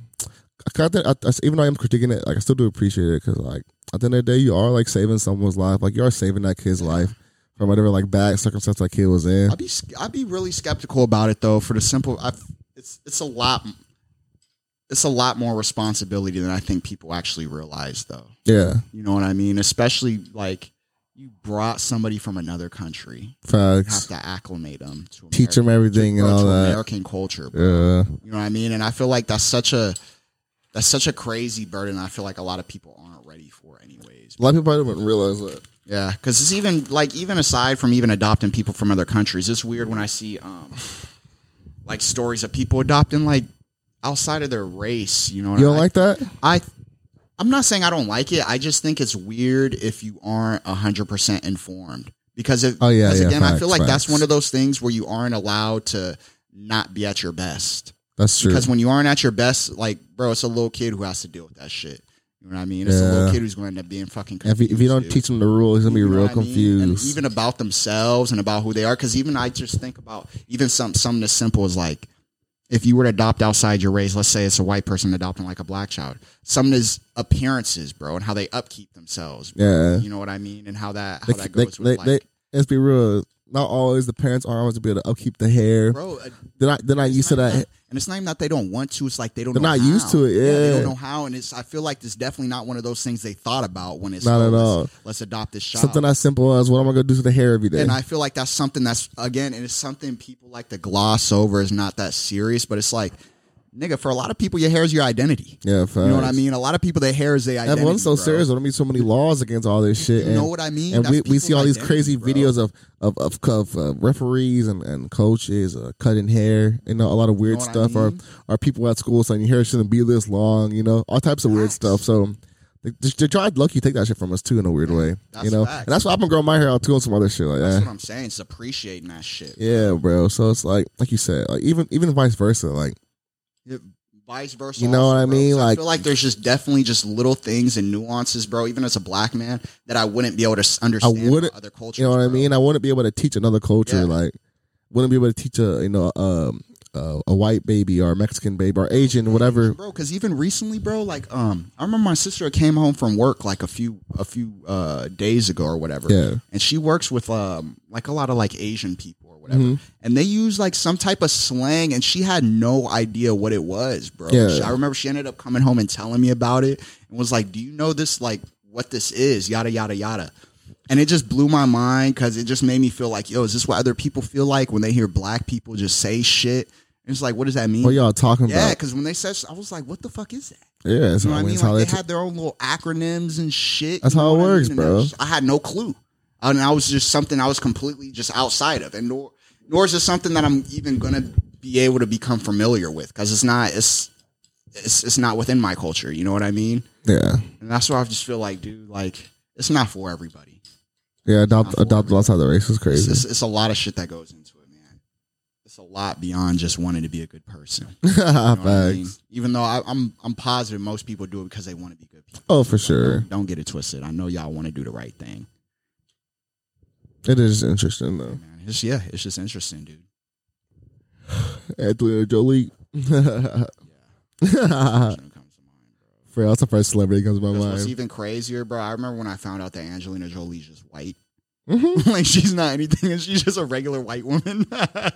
S1: I kind of I, I, even though I am critiquing it, like I still do appreciate it because like at the end of the day, you are like saving someone's life, like you are saving that kid's life from whatever like bad circumstance that kid was in.
S2: I'd be sk- I'd be really skeptical about it though for the simple I it's it's a lot it's a lot more responsibility than I think people actually realize though.
S1: Yeah,
S2: You know what I mean? Especially like you brought somebody from another country. You have
S1: Facts.
S2: to acclimate them. To
S1: Teach them
S2: American-
S1: everything
S2: to-
S1: and
S2: bro,
S1: all
S2: to
S1: that.
S2: American culture. Bro.
S1: Yeah.
S2: You know what I mean? And I feel like that's such a that's such a crazy burden. I feel like a lot of people aren't ready for, anyways.
S1: A lot of people probably don't realize that.
S2: Yeah, because it's even like even aside from even adopting people from other countries, it's weird when I see um like stories of people adopting like outside of their race. You know, what
S1: You don't
S2: I-
S1: like that?
S2: I I'm not saying I don't like it. I just think it's weird if you aren't hundred percent informed because if
S1: Oh, yeah,
S2: because
S1: yeah,
S2: again I feel
S1: facts,
S2: like that's
S1: facts.
S2: one of those things where you aren't allowed to not be at your best
S1: That's true.
S2: because when you aren't at your best, like bro, it's a little kid who has to deal with that shit. You know what I mean? It's a little
S1: Yeah.
S2: kid who's going to end up being fucking.
S1: If
S2: Confused,
S1: you, if you don't
S2: dude.
S1: teach them the rules, he's gonna be
S2: You know
S1: real
S2: what I mean? And
S1: confused.
S2: even about themselves and about who they are. Because even I just think about even some something as simple as like if you were to adopt outside your race, let's say it's a white person adopting like a black child, some is appearances, bro, and how they upkeep themselves. bro.
S1: Yeah.
S2: you know what I mean, and how that how
S1: They-
S2: that
S1: they-
S2: goes
S1: they-
S2: with like,
S1: they- let's be real. Not always the parents are always to be able to upkeep the hair.
S2: bro. uh,
S1: They're not. They're not used to
S2: not
S1: that.
S2: even and it's not even that they don't want to. It's like they don't.
S1: They're
S2: know
S1: not
S2: how.
S1: used to it,
S2: they
S1: yeah.
S2: don't know how. And it's. I feel like it's definitely not one of those things they thought about when it's
S1: Not
S2: oh,
S1: at
S2: let's-
S1: all.
S2: Let's adopt this child.
S1: Something as simple as what am I gonna do to the hair every day?
S2: And I feel like that's something that's again, and it's something people like to gloss over. Is not that serious, but it's like, nigga, for a lot of people, your hair is your identity.
S1: yeah,
S2: you know what I
S1: facts.
S2: mean. A lot of people, their hair is their identity.
S1: Everyone's so
S2: bro.
S1: serious. There don't be so many laws against all this shit.
S2: You
S1: and,
S2: know what I mean?
S1: And
S2: That's
S1: we, we see all
S2: people's
S1: these crazy
S2: identity,
S1: videos of of of, of uh, referees and, and coaches uh, cutting hair. You know, a lot of weird
S2: know what I
S1: stuff.
S2: mean?
S1: Or or people at school saying your hair shouldn't be this long. You know, all types of weird
S2: Facts.
S1: stuff. So. They, they- they tried lucky take that shit from us too in a weird way,
S2: that's
S1: you know.
S2: facts.
S1: And that's why I've been growing my hair out too on some other shit like
S2: That's
S1: that.
S2: what I'm saying. It's appreciating that shit.
S1: Yeah, bro. So it's like, like you said, like even even vice versa. Like,
S2: It- Vice versa.
S1: You know
S2: also,
S1: what I
S2: bro, 'cause
S1: mean?
S2: I
S1: Like-
S2: feel like there's just definitely just little things and nuances, bro. Even as a black man, that I wouldn't be able to s- understand. about
S1: wouldn't-
S2: other cultures.
S1: you know what I
S2: bro.
S1: mean? I wouldn't be able to teach another culture.
S2: Yeah.
S1: Like, wouldn't be able to teach a you know um, uh, a white baby or a Mexican baby or Asian whatever.
S2: bro because even recently bro like um i remember my sister came home from work like a few a few uh days ago or whatever
S1: Yeah.
S2: and she works with um like a lot of like asian people or
S1: Mm-hmm.
S2: whatever and they use like some type of slang and she had no idea what it was bro
S1: Yeah.
S2: She- i remember she ended up coming home and telling me about it and was like do you know this like what this is yada yada yada and it just blew my mind because it just made me feel like, yo, is this what other people feel like when they hear black people just say shit? And it's like, what does that mean?
S1: What y'all talking
S2: Yeah,
S1: about?
S2: because when they said, I was like, "What the fuck is that?"
S1: Yeah, that's
S2: You know what I
S1: how,
S2: mean?
S1: that's how
S2: Like
S1: they
S2: they
S1: t-
S2: had their own little acronyms and shit.
S1: That's
S2: you
S1: how
S2: know
S1: it
S2: what I
S1: works,
S2: mean? And
S1: bro.
S2: I, was- I had no clue, and I was just something I was completely just outside of, and nor nor is it something that I'm even gonna be able to become familiar with because it's not it's, it's it's not within my culture. You know what I mean?
S1: yeah,
S2: And that's why I just feel like, dude, like it's not for everybody.
S1: yeah. Adopt
S2: for
S1: adopt outside the race is
S2: It's,
S1: crazy.
S2: it's, it's a lot of shit that goes into it, man. It's a lot beyond just wanting to be a good person. You know what I mean?
S1: Facts.
S2: Even though I, I'm I'm positive most people do it because they want to be good people.
S1: Oh, for sure.
S2: Don't get it twisted. I know y'all want to do the right thing.
S1: It is interesting though.
S2: Man, it's yeah, it's just interesting, dude.
S1: Angelina Jolie. For
S2: Shouldn't come to mind, bro.
S1: that's the first celebrity that comes to my
S2: That's what's
S1: mind.
S2: even crazier, bro. I remember when I found out that Angelina Jolie's just white.
S1: Mhm.
S2: like she's not anything, and she's just a regular white woman.
S1: got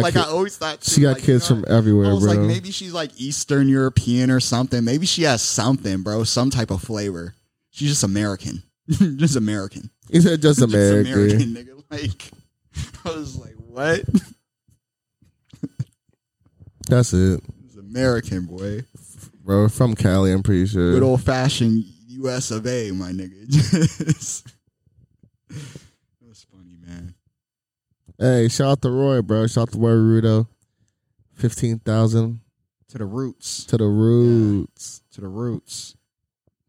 S2: like
S1: ki-
S2: I always thought,
S1: She
S2: too,
S1: got
S2: like, you
S1: kids
S2: know,
S1: from everywhere,
S2: I was
S1: bro.
S2: like, maybe she's like Eastern European or something. Maybe she has something, bro. Some type of flavor. She's just American. just American.
S1: he said just
S2: Just
S1: American.
S2: American, nigga. Like, I was like, what?
S1: That's it,
S2: It's American, boy.
S1: bro. From Cali, I'm pretty
S2: Good
S1: sure.
S2: old fashioned U.S. of A, my nigga. Just- That's funny, man.
S1: Hey, shout out to Roy, bro. Shout out to Roy Rudo. Fifteen thousand
S2: To the roots.
S1: to the roots.
S2: To the roots.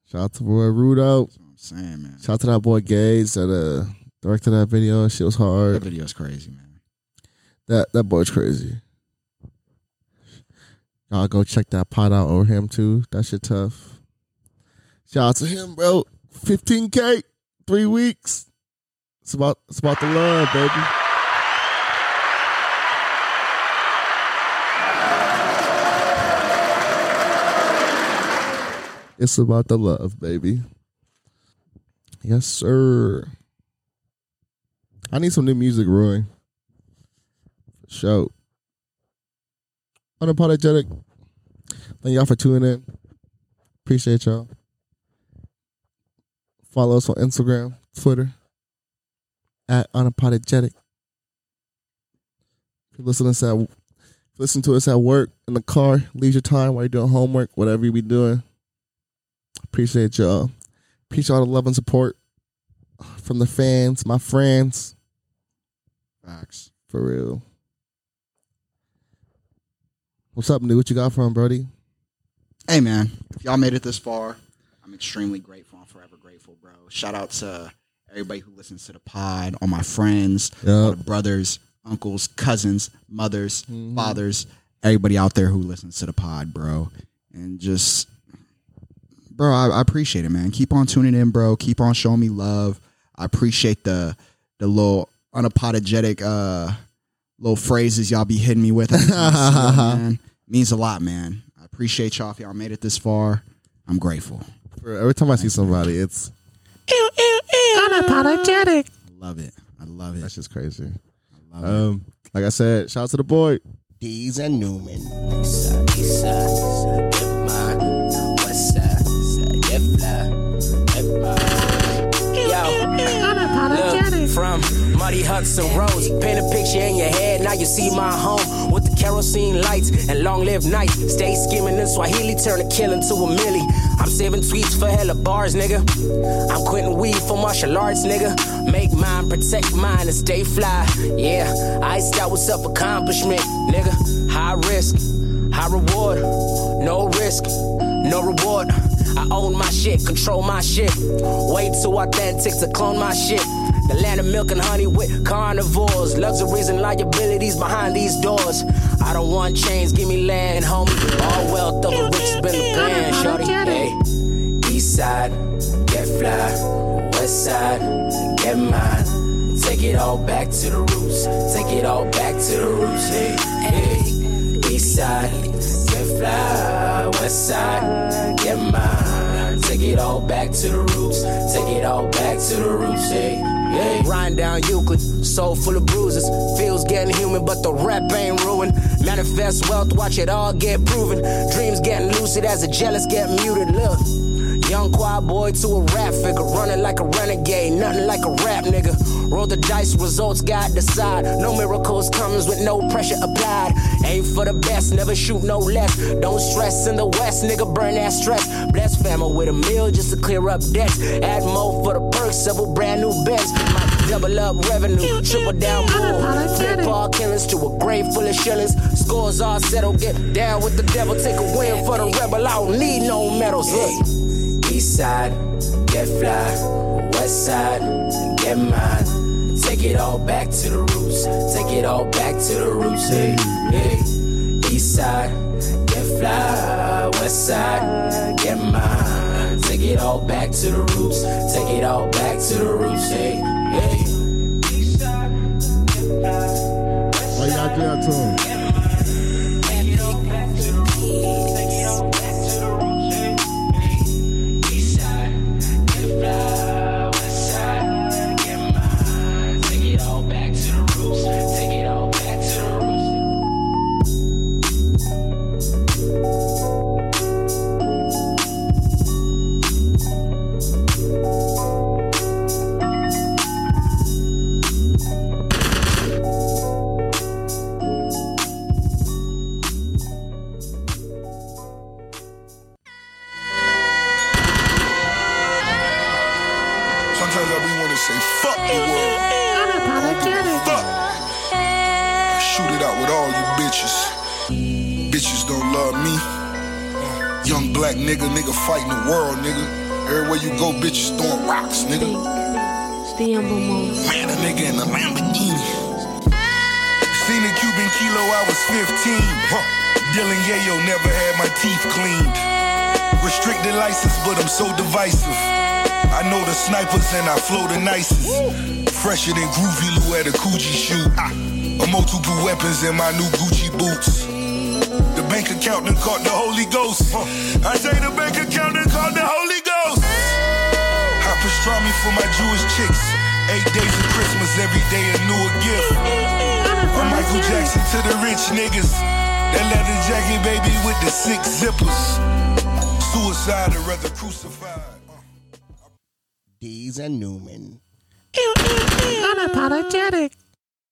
S1: Shout out to Roy Rudo.
S2: That's what I'm saying, man.
S1: Shout out to that boy Gaze that uh directed that video. Shit was
S2: That
S1: hard.
S2: video's crazy, man.
S1: That that boy's crazy. Y'all go check that pot out over him too. That shit tough. Shout out to him, bro. Fifteen K, three weeks. It's about it's about the love, baby. It's about the love, baby. Yes, sir. I need some new music, Roy. Show. Unapologetic. Thank y'all for tuning in. Appreciate y'all. Follow us on Instagram, Twitter, at unapologetic. If you listen to us at listen to us at work, in the car, leisure time, while you're doing homework, whatever you be doing. Appreciate y'all. Appreciate all the love and support from the fans, my friends.
S2: Facts.
S1: For real. What's up, dude? What you got from Brody?
S2: Hey man, if y'all made it this far, I'm extremely grateful. I'm forever grateful, bro. Shout out to everybody who listens to the pod, all my friends, all the brothers, uncles, cousins, mothers, fathers, everybody out there who listens to the pod, bro. And just bro, I, I appreciate it, man. Keep on tuning in, bro. Keep on showing me love. I appreciate the the little unapologetic uh little phrases y'all be hitting me with. I just wanna see y'all, man. Means a lot, man. I appreciate y'all if y'all made it this far. I'm grateful.
S1: For every time I see somebody, it's
S2: I love it. I love
S1: that's
S2: it.
S1: just crazy. Um, like I said, shout out to the boy.
S3: Dees and Newman.
S7: Look, From muddy huts and roads, paint a picture in your head. Now you see my home with the kerosene lights and long live night. Stay skimming in Swahili, turn a killing to a millie. I'm saving tweets for hella bars, nigga. I'm quitting weed for martial arts, nigga. Make mine, protect mine, and stay fly. Yeah, iced out what's up accomplishment, nigga. High risk, High reward, no risk, no reward. I own my shit, control my shit. Way too authentic to clone my shit. The land of milk and honey with carnivores, luxuries and liabilities behind these doors. I don't want chains, give me land, homie. All wealth of the rich has been the plan, shorty. Hey, east side, get fly. West side, get mine. Take it all back to the roots. Take it all back to the roots. Hey, hey. East side, get fly. West side, get mine. Take it all back to the roots. Take it all back to the roots. Hey, hey. Riding down Euclid, soul full of bruises. Feels getting human, but the rep ain't ruined. Manifest wealth, watch it all get proven. Dreams getting lucid as the jealous get muted. Look. Young quad boy to a rap figure, running like a renegade, nothing like a rap nigga. Roll the dice, results God decide. No miracles comes with no pressure applied. Aim for the best, never shoot no less. Don't stress in the west, nigga, burn that stress. Bless family with a meal just to clear up debts. Add more for the perks, several brand new bets. Might double up revenue, triple down more. Flip all killings to a grave full of shillings. Scores all settled, get down with the devil, take a win for the rebel. I don't need no medals. Look. East side, get fly. West side, get mine. Take it all back to the roots. Take it all back to the roots. Hey, hey. East side, get fly. West side, get mine. Take it all back to the roots. Take it all back to the roots. Hey, hey.
S1: Why y'all do that to him?
S5: Sometimes I be wanna say fuck the world. Fuck. Shoot it out with all you bitches. Bitches don't love me. Young black nigga, nigga fighting the world, nigga. Everywhere you go, bitches throwing rocks, nigga. Man, a nigga in a Lamborghini. Seen a Cuban kilo, I was 15. Huh. Dylan Yayo never had my teeth cleaned. Restricted license, but I'm so divisive. I know the snipers and I flow the nicest. Fresher than Groovy Lou at a Coogee shoot. Ah, a multiple weapons in my new Gucci boots. The bank account done caught the Holy Ghost. Huh. I say the bank account done caught the Holy Ghost. Hot pastrami for my Jewish chicks. Eight days of Christmas, every day a newer gift. I'm Michael Jackson to the rich niggas. That leather jacket, baby, with the six zippers. Suicide or rather crucified. Uh.
S3: Dees and Newman.
S9: Unapologetic.